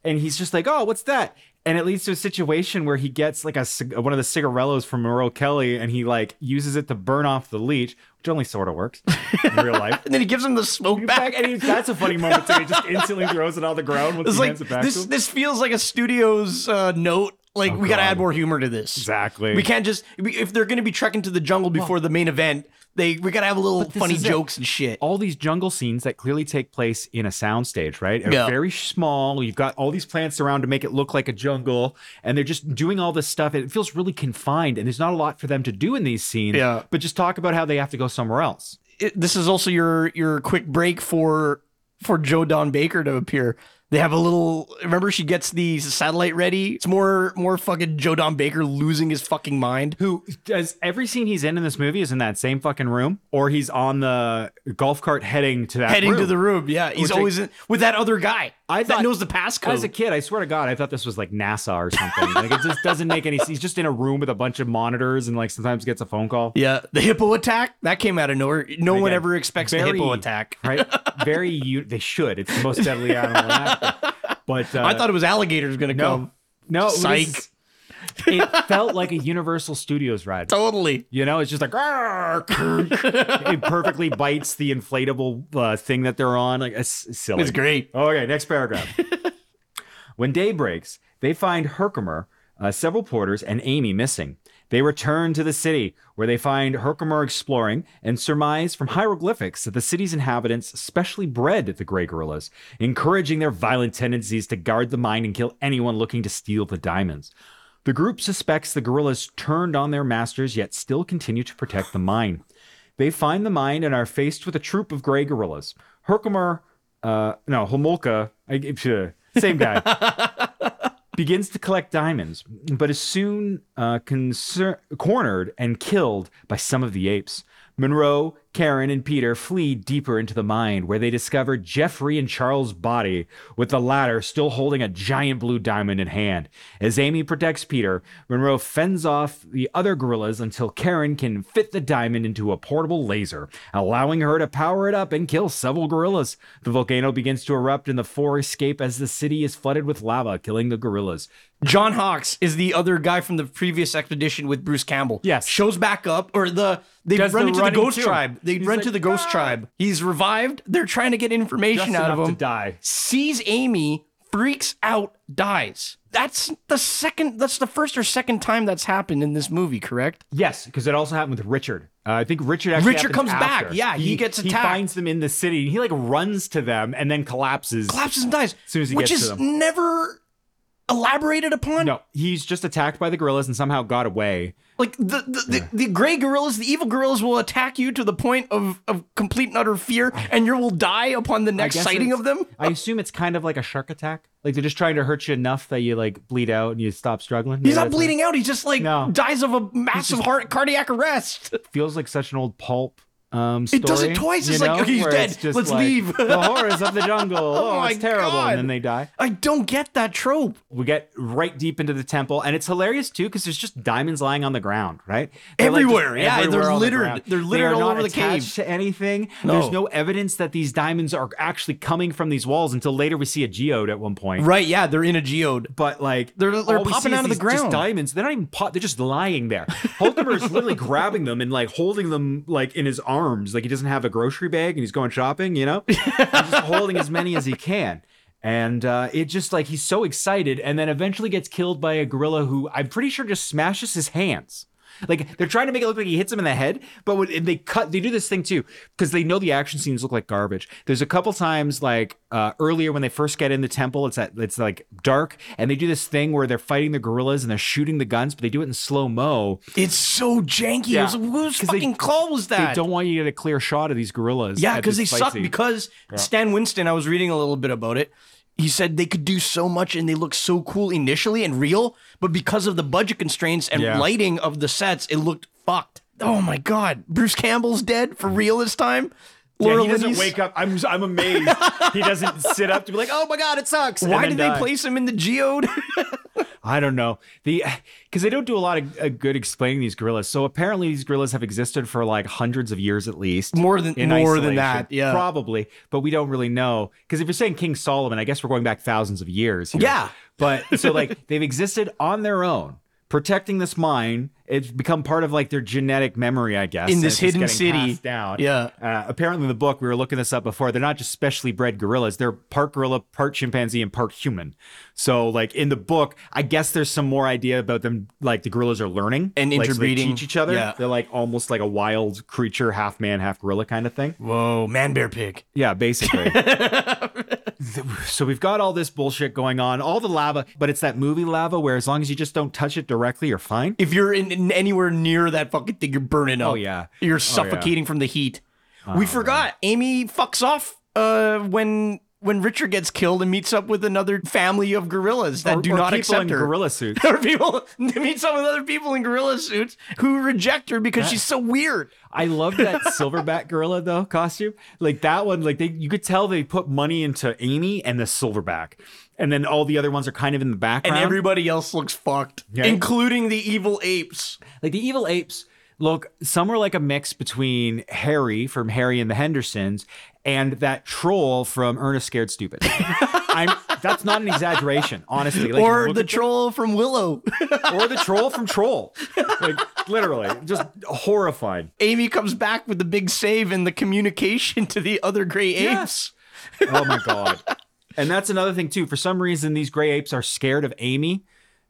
B: And he's just like, "Oh, what's that?" And it leads to a situation where he gets like a cig- one of the cigarellos from Moreau Kelly, and he like uses it to burn off the leech, which only sort of works in real life.
A: and then he gives him the smoke back.
B: and he, that's a funny moment too. He just instantly throws it on the ground with
A: It's
B: he
A: like
B: hands it back to
A: this.
B: him. Oh,
A: This feels like a studio's uh, note. Like we gotta
B: God.
A: add more humor to this.
B: Exactly.
A: We can't just we- if they're gonna be trekking to the jungle before the main event. They we gotta have a little
B: this
A: funny
B: is it.
A: jokes and shit.
B: all these jungle scenes that clearly take place in a soundstage, right? Are
A: Yeah.
B: very small. You've got all these plants around to make it look like a jungle, and they're just doing all this stuff. And it feels really confined, and there's not a lot for them to do in these scenes.
A: Yeah.
B: But just talk about how they have to go somewhere else.
A: It- this is also your your quick break for for Joe Don Baker to appear. They have a little. Remember, she gets the satellite ready. It's more more fucking Joe Don Baker losing his fucking mind.
B: Who does every scene he's in in this movie is in that same fucking room, or he's on the golf cart heading to that
A: Heading
B: room.
A: to the room, yeah. He's
B: Which I-
A: always in, with that other guy
B: I
A: that
B: thought-
A: knows the passcode.
B: As a kid, I swear to God, I thought this was like NASA or something. like it just doesn't make any. He's just in a room with a bunch of monitors, and like sometimes gets a phone call.
A: Yeah, the hippo attack that came out of nowhere. No one
B: Again,
A: ever expects the
B: very-
A: hippo attack.
B: right? Very, u- they should. It's the most deadly animal. in Africa. But uh,
A: I thought it was alligators going to
B: no,
A: come.
B: no, this
A: Psych.
B: is- it felt like a Universal Studios ride.
A: Totally.
B: You know, it's just like "Arr, grr." it perfectly bites the inflatable uh, thing that they're on. Like it's silly.
A: It's great.
B: Okay, next paragraph. when day breaks, they find Herkimer, uh, several porters, and Amy missing. They return to the city, where they find Herkimer exploring and surmise from hieroglyphics that the city's inhabitants specially bred the gray gorillas, encouraging their violent tendencies to guard the mine and kill anyone looking to steal the diamonds. The group suspects the gorillas turned on their masters yet still continue to protect the mine. They find the mine and are faced with a troop of gray gorillas. Herkimer, uh, no, Homolka, I, uh, same guy, begins to collect diamonds, but is soon uh, concer- cornered and killed by some of the apes. Monroe, Karen, and Peter flee deeper into the mine, where they discover Jeffrey and Charles' body, with the latter still holding a giant blue diamond in hand. As Amy protects Peter, Monroe fends off the other gorillas until Karen can fit the diamond into a portable laser, allowing her to power it up and kill several gorillas. The volcano begins to erupt and the four escape as the city is flooded with lava, killing the gorillas.
A: John Hawks is the other guy from the previous expedition with Bruce Campbell.
B: Yes.
A: Shows back up, or the they
B: Does
A: run
B: the
A: into the
B: running
A: ghost
B: too.
A: tribe. They
B: He's
A: run
B: like,
A: to the ghost
B: "Ah!"
A: tribe. He's revived. They're trying to get information
B: Just
A: out of
B: enough
A: him.
B: to die.
A: Sees Amy, freaks out, dies. That's the second. That's the first or second time that's happened in this movie, correct?
B: Yes, because it also happened with Richard. Uh, I think Richard actually
A: Richard
B: happens
A: comes back.
B: after.
A: Yeah, he gets
B: He
A: attacked.
B: finds them in the city. and He like runs to them and then collapses.
A: Collapses and dies.
B: As soon as he
A: which
B: gets to
A: is
B: them.
A: never elaborated upon.
B: No, he's just attacked by the gorillas and somehow got away.
A: Like the the, the the gray gorillas, the evil gorillas will attack you to the point of of complete and utter fear, and you will die upon the next
B: guess
A: sighting
B: it's-
A: of them.
B: I assume it's kind of like a shark attack. Like they're just trying to hurt you enough that you like bleed out and you stop struggling.
A: He's
B: Maybe
A: not
B: that's
A: bleeding out. He just like
B: No.
A: dies of a massive heart cardiac arrest.
B: what It feels like such an old pulp. Um, story,
A: It does it twice.
B: you
A: It's like,
B: know,
A: okay, he's
B: where
A: dead.
B: it's just
A: Let's
B: like,
A: leave.
B: the horrors of the jungle.
A: Oh
B: oh,
A: my
B: it's terrible,
A: God.
B: and then they die.
A: I don't get that trope.
B: We get right deep into the temple, and it's hilarious too because there's just diamonds lying on the ground, right? They're, like, just
A: Everywhere, yeah, they're
B: everywhere on the
A: littered.
B: ground.
A: They're
B: They
A: littered
B: are
A: all
B: not
A: over the cave.
B: attached To anything,
A: No.
B: there's no evidence that these diamonds are actually coming from these walls until later. We see a geode at one point,
A: Right? Yeah, they're in a geode.
B: but like
A: They're- they're
B: all we
A: popping
B: see is
A: out of the
B: these just
A: ground.
B: diamonds. They're not even pop. They're just lying there. Hultimer is literally grabbing them and like holding them like in his arms, like he doesn't have a grocery bag and he's going shopping. You know, he's just holding as many as he can. And uh, it just like he's so excited, and then eventually gets killed by a gorilla who I'm pretty sure just smashes his hands. Like they're trying to make it look like he hits him in the head, but when and they cut, they do this thing too because they know the action scenes look like garbage. There's a couple times like uh, earlier when they first get in the temple, it's at it's like dark, and they do this thing where they're fighting the gorillas and they're shooting the guns, but they do it in slow mo.
A: It's so janky. It
B: Yeah.
A: was, whose
B: 'Cause they-
A: fucking call was that?
B: They don't want you to get a clear shot of these gorillas.
A: Yeah,
B: at
A: because they
B: this fight
A: suck.
B: scene.
A: Because Stan Winston, I was reading a little bit about it. He said they could do so much and they look so cool initially and real, but because of the budget constraints and
B: Yeah.
A: lighting of the sets, it looked fucked. Oh my God, Bruce Campbell's dead for real this time.
C: Yeah,
A: Laura
C: he doesn't
A: Linney's-
C: wake up. I'm I'm amazed. he doesn't sit up to be like, oh my god, it sucks. and
A: Why
C: then
A: did they
C: die.
A: place him in the geode?
B: I don't know the because they don't do a lot of uh, good explaining these gorillas. So apparently these gorillas have existed for like hundreds of years at least.
A: more than
B: in
A: more
B: isolation,
A: than that, yeah.
B: probably. But we don't really know because if you're saying King Solomon, I guess we're going back thousands of years. here.
A: Yeah.
B: but so like they've existed on their own, protecting this mine. It's become part of like their genetic memory, I guess.
A: In
B: and
A: this
B: it's just
A: hidden
B: getting
A: city.
B: passed down.
A: Yeah.
B: Uh, apparently, in the book, we were looking this up before. They're not just specially bred gorillas. They're part gorilla, part chimpanzee, and part human. So, like in the book, I guess there's some more idea about them. Like the gorillas are learning
A: And
B: Like, so
A: interbreeding.
B: they teach each other.
A: Yeah.
B: They're like almost like a wild creature, half man, half gorilla kind of thing.
A: Whoa, man, bear, pig.
B: Yeah, basically. so we've got all this bullshit going on, all the lava, but it's that movie lava where as long as you just don't touch it directly, you're fine.
A: If you're in, in anywhere near that fucking thing, you're burning up.
B: Oh, yeah. Oh,
A: you're suffocating from the heat. we forgot Amy fucks off uh, when when Richard gets killed and meets up with another family of gorillas that
B: Or-
A: do
B: or
A: not
B: people
A: accept
B: in
A: her.
B: gorilla suits.
A: There are people meets up with other people in gorilla suits who reject her because she's so weird.
B: I love that silverback gorilla though costume. Like that one, like they you could tell they put money into Amy and the silverback, and then all the other ones are kind of in the
A: And
B: background.
A: everybody else looks fucked,
B: Uh-huh. Yeah.
A: including the evil apes.
B: like the evil apes look some are like a mix between Harry from Harry and the Hendersons and that troll from Ernest Scared Stupid. I'm that's not an exaggeration, honestly. Like,
A: or
B: look
A: the
B: at
A: troll from Willow.
B: or the troll from Troll. Like literally, just horrifying.
A: Amy comes back with the big save and the communication to the other gray apes.
B: Yes. Oh my god. And that's another thing too. For some reason, these gray apes are scared of Amy.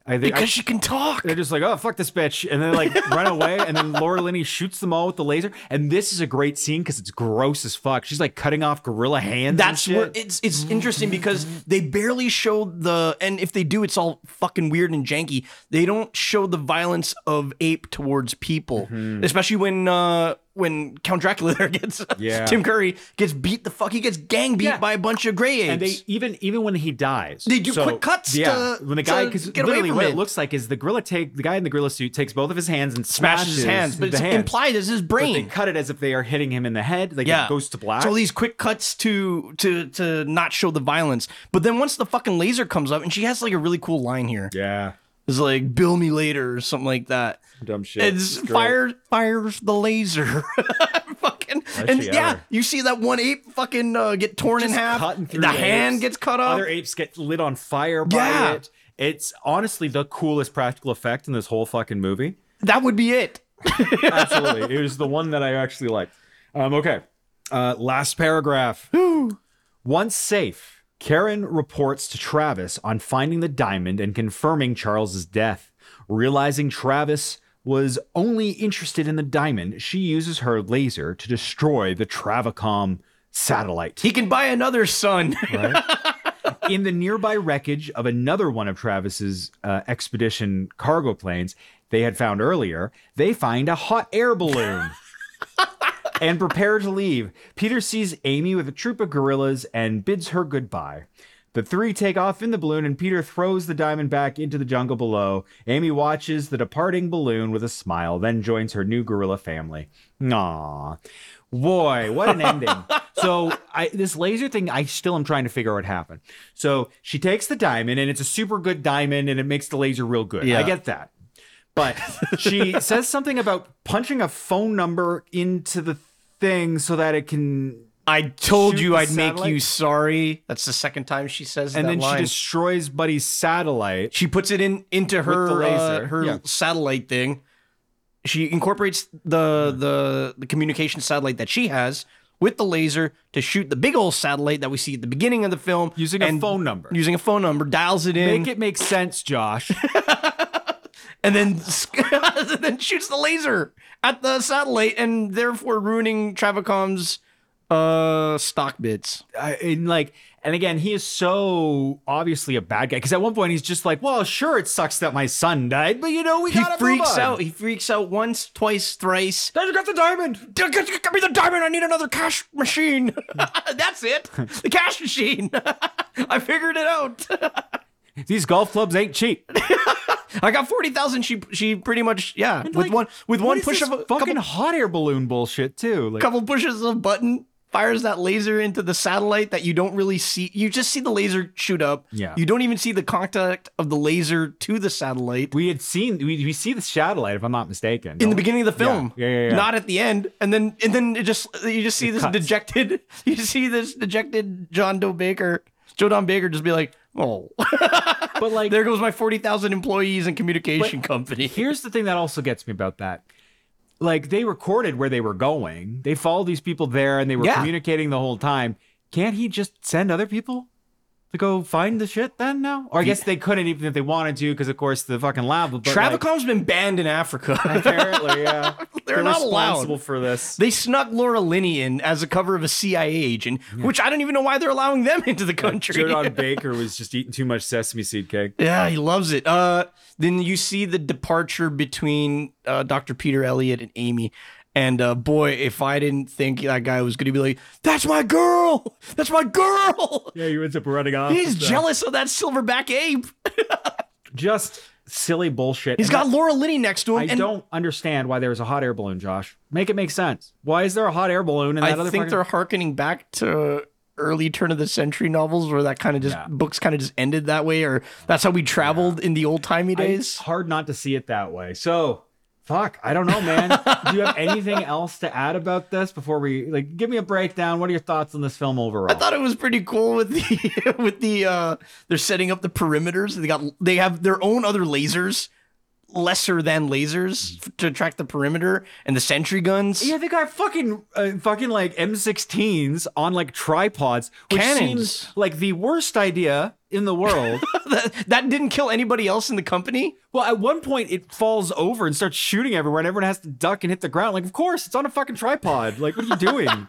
B: I think I-
A: Because she can talk.
B: they're just like, oh fuck this bitch, and then like run away. And then Laura Linney shoots them all with the laser. And this is a great scene because it's gross as fuck. She's like cutting off gorilla hands.
A: That's
B: and shit.
A: what it's it's interesting because they barely show the and if they do it's all fucking weird and janky. They don't show the violence of ape towards people,
B: Mm-hmm.
A: especially when uh when Count Dracula there gets
B: Yeah.
A: Tim Curry gets beat the fuck he gets gang beat
B: Yeah.
A: by a bunch of gray apes.
B: And they even even when he dies,
A: They do quick cuts
B: Yeah,
A: to-
B: when the guy
A: to
B: because
A: get away
B: literally
A: from
B: what
A: it.
B: it looks like is the gorilla take the guy in the gorilla suit takes both of his hands and
A: smashes his hands, but
B: the
A: it's implied as his
B: But they
A: brain.
B: cut it as if they are hitting him in the head. Like
A: yeah,
B: it goes to black.
A: So all these quick cuts to to to not show the violence, but then once the fucking laser comes up, and she has like a really cool line here.
B: yeah,
A: It's like "bill me later" or something like that.
B: dumb shit.
A: It's
B: Great.
A: fire fires the laser. fucking and
B: she
A: yeah,
B: ever.
A: you see that one ape fucking uh, get torn
B: Just
A: in half.
B: cutting
A: The,
B: through the
A: hand
B: apes.
A: gets cut off.
B: Other apes get lit on fire by
A: Yeah.
B: it. It's honestly the coolest practical effect in this whole fucking movie.
A: that would be it.
B: Absolutely, it was the one that I actually liked. Um, okay, uh, last paragraph. Once safe, Karen reports to Travis on finding the diamond and confirming Charles's death. Realizing Travis was only interested in the diamond, she uses her laser to destroy the Travacom satellite.
A: He can buy another son.
B: in the nearby wreckage of another one of Travis's uh, expedition cargo planes they had found earlier, they find a hot air balloon. and prepare to leave. Peter sees Amy with a troop of gorillas and bids her goodbye. The three take off in the balloon, and Peter throws the diamond back into the jungle below. Amy watches the departing balloon with a smile, then joins her new gorilla family. Aww. Boy, what an ending. so I this laser thing, I still am trying to figure out what happened. So she takes the diamond and it's a super good diamond and it makes the laser real good.
A: Yeah.
B: I get that. But she says something about punching a phone number into the thing so that it can
A: I told
B: Shoot
A: you
B: the
A: I'd make you
B: satellite?
A: sorry. That's the second time she says
B: and
A: that
B: then
A: line.
B: she destroys Buddy's satellite.
A: she puts it in into her
B: the laser,
A: uh, her
B: yeah.
A: satellite thing. She incorporates the the the communication satellite that she has with the laser to shoot the big old satellite that we see at the beginning of the film
B: Using a phone number.
A: Using a phone number, dials it in,
B: Make it make sense, Josh.
A: and then then shoots the laser at the satellite, and therefore ruining Travicom's uh stock bits.
B: I- and like and again he is so obviously a bad guy because at one point he's just like well sure it sucks that my son died but you know we
A: He
B: gotta move
A: freaks
B: on.
A: out. He freaks out once, twice, thrice.
B: Dad, you got the diamond
A: Give me the diamond. I need another cash machine. That's it. The cash machine. I figured it out.
B: these golf clubs ain't cheap
A: I got forty thousand. She she pretty much yeah with
B: like,
A: one with
B: What
A: one
B: is
A: push
B: this
A: of a
B: fucking
A: couple,
B: hot air balloon bullshit too. Like,
A: couple pushes of a button fires that laser into the satellite that you don't really see. You just see the laser shoot up.
B: Yeah.
A: You don't even see the contact of the laser to the satellite
B: we had seen we, we see the satellite if I'm not mistaken.
A: in
B: don't
A: the
B: we?
A: beginning of the film.
B: Yeah, yeah, yeah.
A: Not at the end. And then and then it just you just see this
B: cuts.
A: dejected you see this dejected John Doe Baker, Joe Don Baker just be like, oh
B: but like
A: there goes my forty thousand employees and communication company.
B: Here's the thing that also gets me about that. Like they recorded where they were going. They followed these people there and they were
A: Yeah.
B: communicating the whole time. Can't he just send other people to go find the shit then now? Or I guess they couldn't even if they wanted to because of course the fucking lab but like,
A: Travicom's been banned in Africa.
B: apparently yeah.
A: They're not allowed.
C: responsible for this.
A: They snuck Laura Linney in as a cover of a CIA agent, which I don't even know why they're allowing them into the country.
C: Jordan Baker was just eating too much sesame seed cake.
A: Yeah, he loves it. Uh, then you see the departure between uh, Dr. Peter Elliott and Amy. And uh, boy, if I didn't think that guy was going to be like, that's my girl. That's my girl.
C: Yeah, you ends up running off.
A: He's
C: with that.
A: jealous of that silverback ape.
B: Just silly bullshit.
A: He's
B: And
A: got Laura Linney next to him.
B: I
A: and
B: don't understand why there's a hot air balloon, Josh. Make it make sense. Why is there a hot air balloon in
A: I
B: that other
A: think
B: fucking-
A: they're harkening back to early turn of the century novels where that kind of just
B: Yeah.
A: books kind of just ended that way or that's how we traveled in the old timey
B: I-
A: days.
B: hard not to see it that way. So, fuck, I don't know, man. Do you have anything else to add about this before we like give me a breakdown? What are your thoughts on this film overall?
A: I thought it was pretty cool with the with the uh they're setting up the perimeters. They got they have their own other lasers, lesser than lasers f- to track the perimeter and the sentry guns.
B: Mm. yeah, they got fucking uh, fucking like M16s on like tripods, which
A: Cannons.
B: seems like the worst idea in the world.
A: that, that didn't kill anybody else in the company.
B: well, at one point it falls over and starts shooting everywhere, and everyone has to duck and hit the ground. Like, of course, it's on a fucking tripod. Like, what are you doing?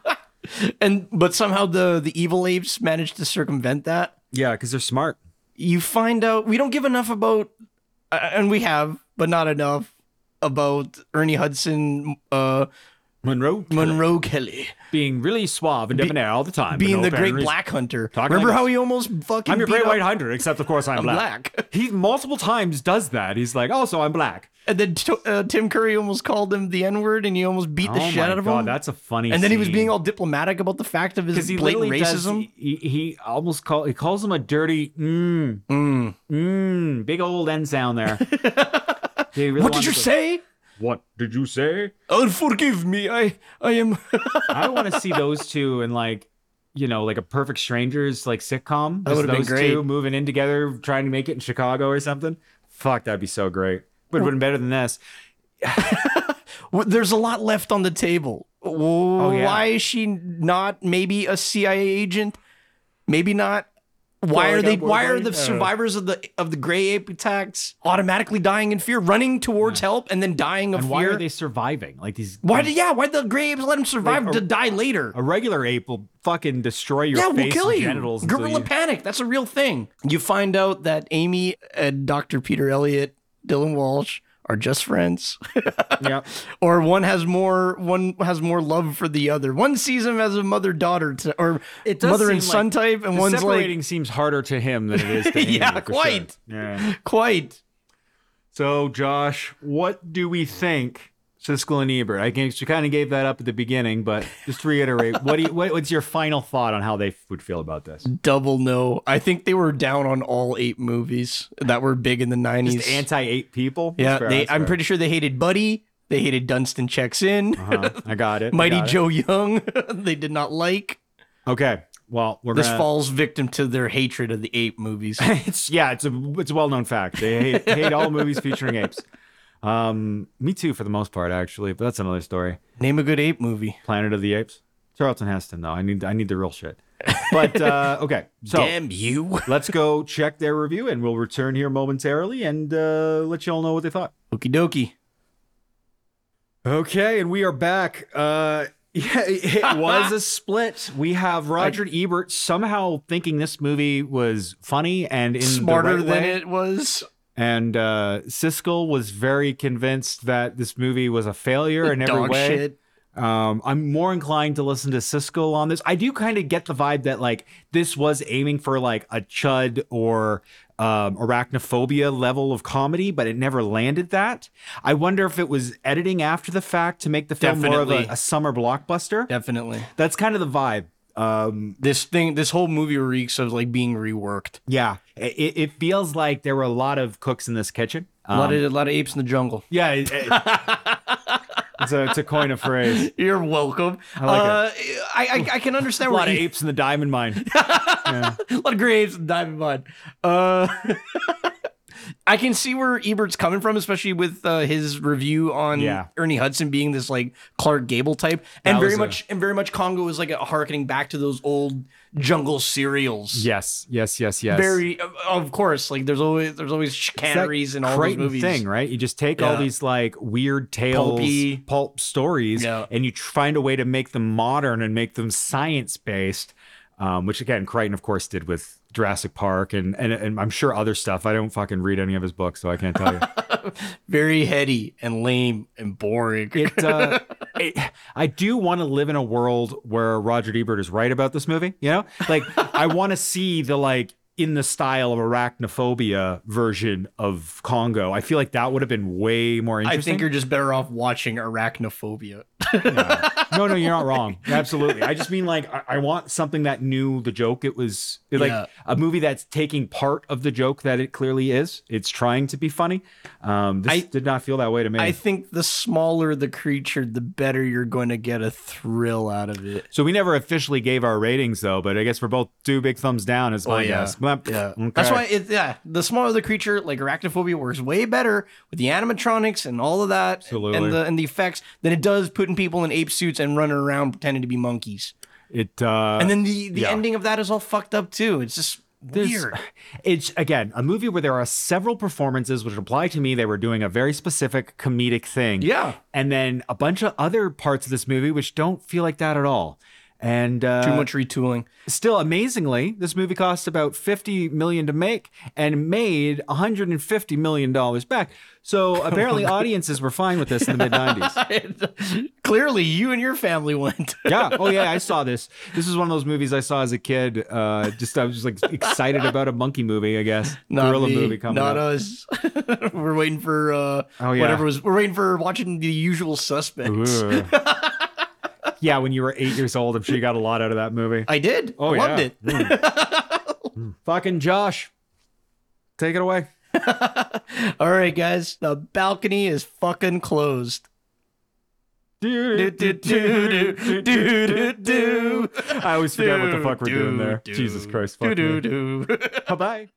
A: And but somehow the the evil apes managed to circumvent that.
B: yeah, because they're smart.
A: you find out we don't give enough about uh, and we have but not enough about ernie hudson uh
B: Monroe
A: monroe kelly
B: being really suave and debonair all the time, but
A: being
B: no
A: the
B: apparent
A: great
B: reason.
A: black hunter
B: Talking
A: remember
B: like-
A: how he almost fucking
B: I'm your
A: beat
B: great
A: up
B: white hunter, except of course I'm,
A: I'm
B: black.
A: black
B: He multiple times does that. He's like, also I'm black.
A: and then t- uh, tim curry almost called him the n-word and he almost beat the
B: oh
A: shit
B: my
A: out of
B: god,
A: him
B: that's a funny.
A: and then he was being
B: all
A: all diplomatic about the fact of his
B: he
A: blatant
B: literally does-
A: racism
B: he, he almost call he calls him a dirty mm
A: Mm.
B: mm big old end sound there. They really
A: what
B: wanted
A: did you
B: to-
A: say
C: What did you say?
A: oh forgive me i i am
B: I want to see those two in like you know like a perfect strangers like sitcom. Just
A: would've been
B: those
A: great.
B: two moving in together, trying to make it in Chicago or something. Fuck, that'd be so great. Would have been better than this.
A: Well, there's a lot left on the table.
B: Oh, yeah.
A: Why is she not maybe a CIA agent? Maybe not. Why
C: Well,
A: are
C: like,
A: they?
C: I'm-
A: Why are
C: I'm-
A: the
C: uh,
A: survivors of the of the Gray Ape attacks automatically dying in fear, running towards help, and then dying of
B: And
A: fear?
B: why are they surviving? Like these
A: Why did yeah? Why the Gray Apes let them survive to die later?
B: A regular ape will fucking destroy your
A: Yeah, we'll
B: face
A: kill
B: and
A: you.
B: genitals. until
A: Gorilla
B: you-
A: panic. That's a real thing. You find out that Amy and Dr. Peter Elliott, Dylan Walsh, are just friends.
B: yeah.
A: or one has more one has more love for the other. One sees him as a mother daughter t- or
B: It does
A: mother
B: seem
A: and son
B: like
A: type, and
B: The
A: one's
B: separating seems harder to him than it is to Amy,
A: Yeah,
B: for
A: quite.
B: Sure. Yeah.
A: like quite.
B: So, Josh, what do we think Siskel and Ebert? I guess you kind of gave that up at the beginning, but just to reiterate, what, do you, what what's your final thought on how they would feel about this?
A: Double no. I think they were down on all eight movies that were big in the nineties.
B: Just anti ape people?
A: yeah,
B: That's fair,
A: they,
B: that's
A: I'm
B: fair.
A: pretty sure they hated Buddy. They hated Dunstan checks in.
B: Uh-huh. I got it. I
A: Mighty
B: got it.
A: Joe Young. they did not like.
B: Okay. Well, we're
A: This
B: gonna,
A: falls victim to their hatred of the ape movies.
B: it's yeah, it's a it's a well known fact. They hate, hate all movies featuring apes. Um, me too, for the most part, actually. But that's another story.
A: Name a good ape movie.
B: Planet of the Apes. Charlton Heston, though. I need I need the real shit. But uh, okay, so
A: Damn you.
B: let's go check their review, and we'll return here momentarily and uh, let you all know what they thought.
A: Okie dokie.
B: Okay, and we are back. Uh, yeah, it it was a split. We have Roger Ebert somehow thinking this movie was funny and in the
A: Smarter
B: right
A: than
B: way.
A: it was.
B: and uh, Siskel was very convinced that this movie was a failure in every
A: Dog
B: way.
A: shit.
B: Um, I'm more inclined to listen to Siskel on this. I do kind of get the vibe that like this was aiming for like a chud or um, arachnophobia level of comedy, but it never landed that. I wonder if it was editing after the fact to make the film more of
A: Definitely.
B: a, a summer blockbuster.
A: Definitely.
B: That's kind of the vibe. Um,
A: This thing, this whole movie reeks of like being reworked.
B: yeah, it, it feels like there were a lot of cooks in this kitchen.
A: A lot of a lot of apes in the jungle.
B: Yeah, it- it- it's, a, it's a coin of phrase.
A: You're welcome. I
B: like
A: uh, I, I I can
B: A
A: understand where
B: lot of
A: you-
B: apes in the diamond mine.
A: a lot of graves and diamond mud. Uh, I can see where Ebert's coming from, especially with uh, his review on
B: Yeah.
A: Ernie Hudson being this like Clark Gable type,
B: That
A: and very
B: was a-
A: much and very much Congo is like a harkening back to those old jungle serials.
B: Yes, yes, yes, yes.
A: Very, of course. Like there's always there's always
B: It's that
A: chicaneries in all
B: Crichton
A: those movies.
B: thing, right? You just take all
A: Yeah.
B: these like weird tales,
A: Pulpy.
B: pulp stories,
A: Yeah.
B: and you tr- find a way to make them modern and make them science based. Um, which again, Crichton, of course, did with Jurassic Park and, and and I'm sure other stuff. I don't fucking read any of his books, so I can't tell you.
A: Very heady and lame and boring.
B: It, uh, I- I do want to live in a world where Roger Ebert is right about this movie. You know, like I want to see the like in the style of arachnophobia version of Congo. I feel like that would have been way more
A: I
B: interesting.
A: think you're just better off watching Arachnophobia.
B: no, no, you're not wrong. Absolutely. I just mean like I, I want something that knew the joke. It was like
A: Yeah.
B: a movie that's taking part of the joke that it clearly is. It's trying to be funny. Um, this
A: I-
B: did not feel that way to me.
A: I think the smaller the creature, the better you're going to get a thrill out of it.
B: so we never officially gave our ratings though, but I guess we're both two big thumbs down. Is my guess. Blimp. Okay.
A: Oh, That's why it yeah, the smaller the creature, like arachnophobia works way better with the animatronics and all of that
B: Absolutely.
A: and the and the effects than it does putting people in ape suits and running around pretending to be monkeys.
B: it. Uh,
A: And then the the
B: yeah.
A: ending of that is all fucked up too. It's just
B: There's-
A: weird.
B: It's again a movie where there are several performances which apply to me. They were doing a very specific comedic thing.
A: Yeah.
B: And then a bunch of other parts of this movie which don't feel like that at all. And uh,
A: Too much retooling.
B: still amazingly, this movie cost about 50 million to make and made 150 million dollars back.
A: Oh
B: So apparently audiences were fine with this in the mid 90s.
A: Clearly, you and your family went.
B: yeah. Oh yeah, I saw this. This is one of those movies I saw as a kid. Uh, just I was just like excited about a monkey movie, I guess.
A: Not
B: Gorilla
A: me,
B: movie coming
A: Not
B: up.
A: us. we're waiting for uh,
B: Oh, yeah.
A: whatever was. We're waiting for watching the usual suspects.
B: Ugh. yeah, when you were eight years old, I'm sure you got a lot out of that movie.
A: I did.
B: Oh,
A: I loved
B: yeah.
A: it.
B: Fucking Josh, take it away.
A: All right, guys. The balcony is fucking closed. Do, do, do, do, do, do, do.
B: I always forget what the
A: Do,
B: fuck we're doing
A: do,
B: there.
A: do,
B: Jesus Christ.
A: Do,
B: Fuck
A: do, do.
B: Bye bye.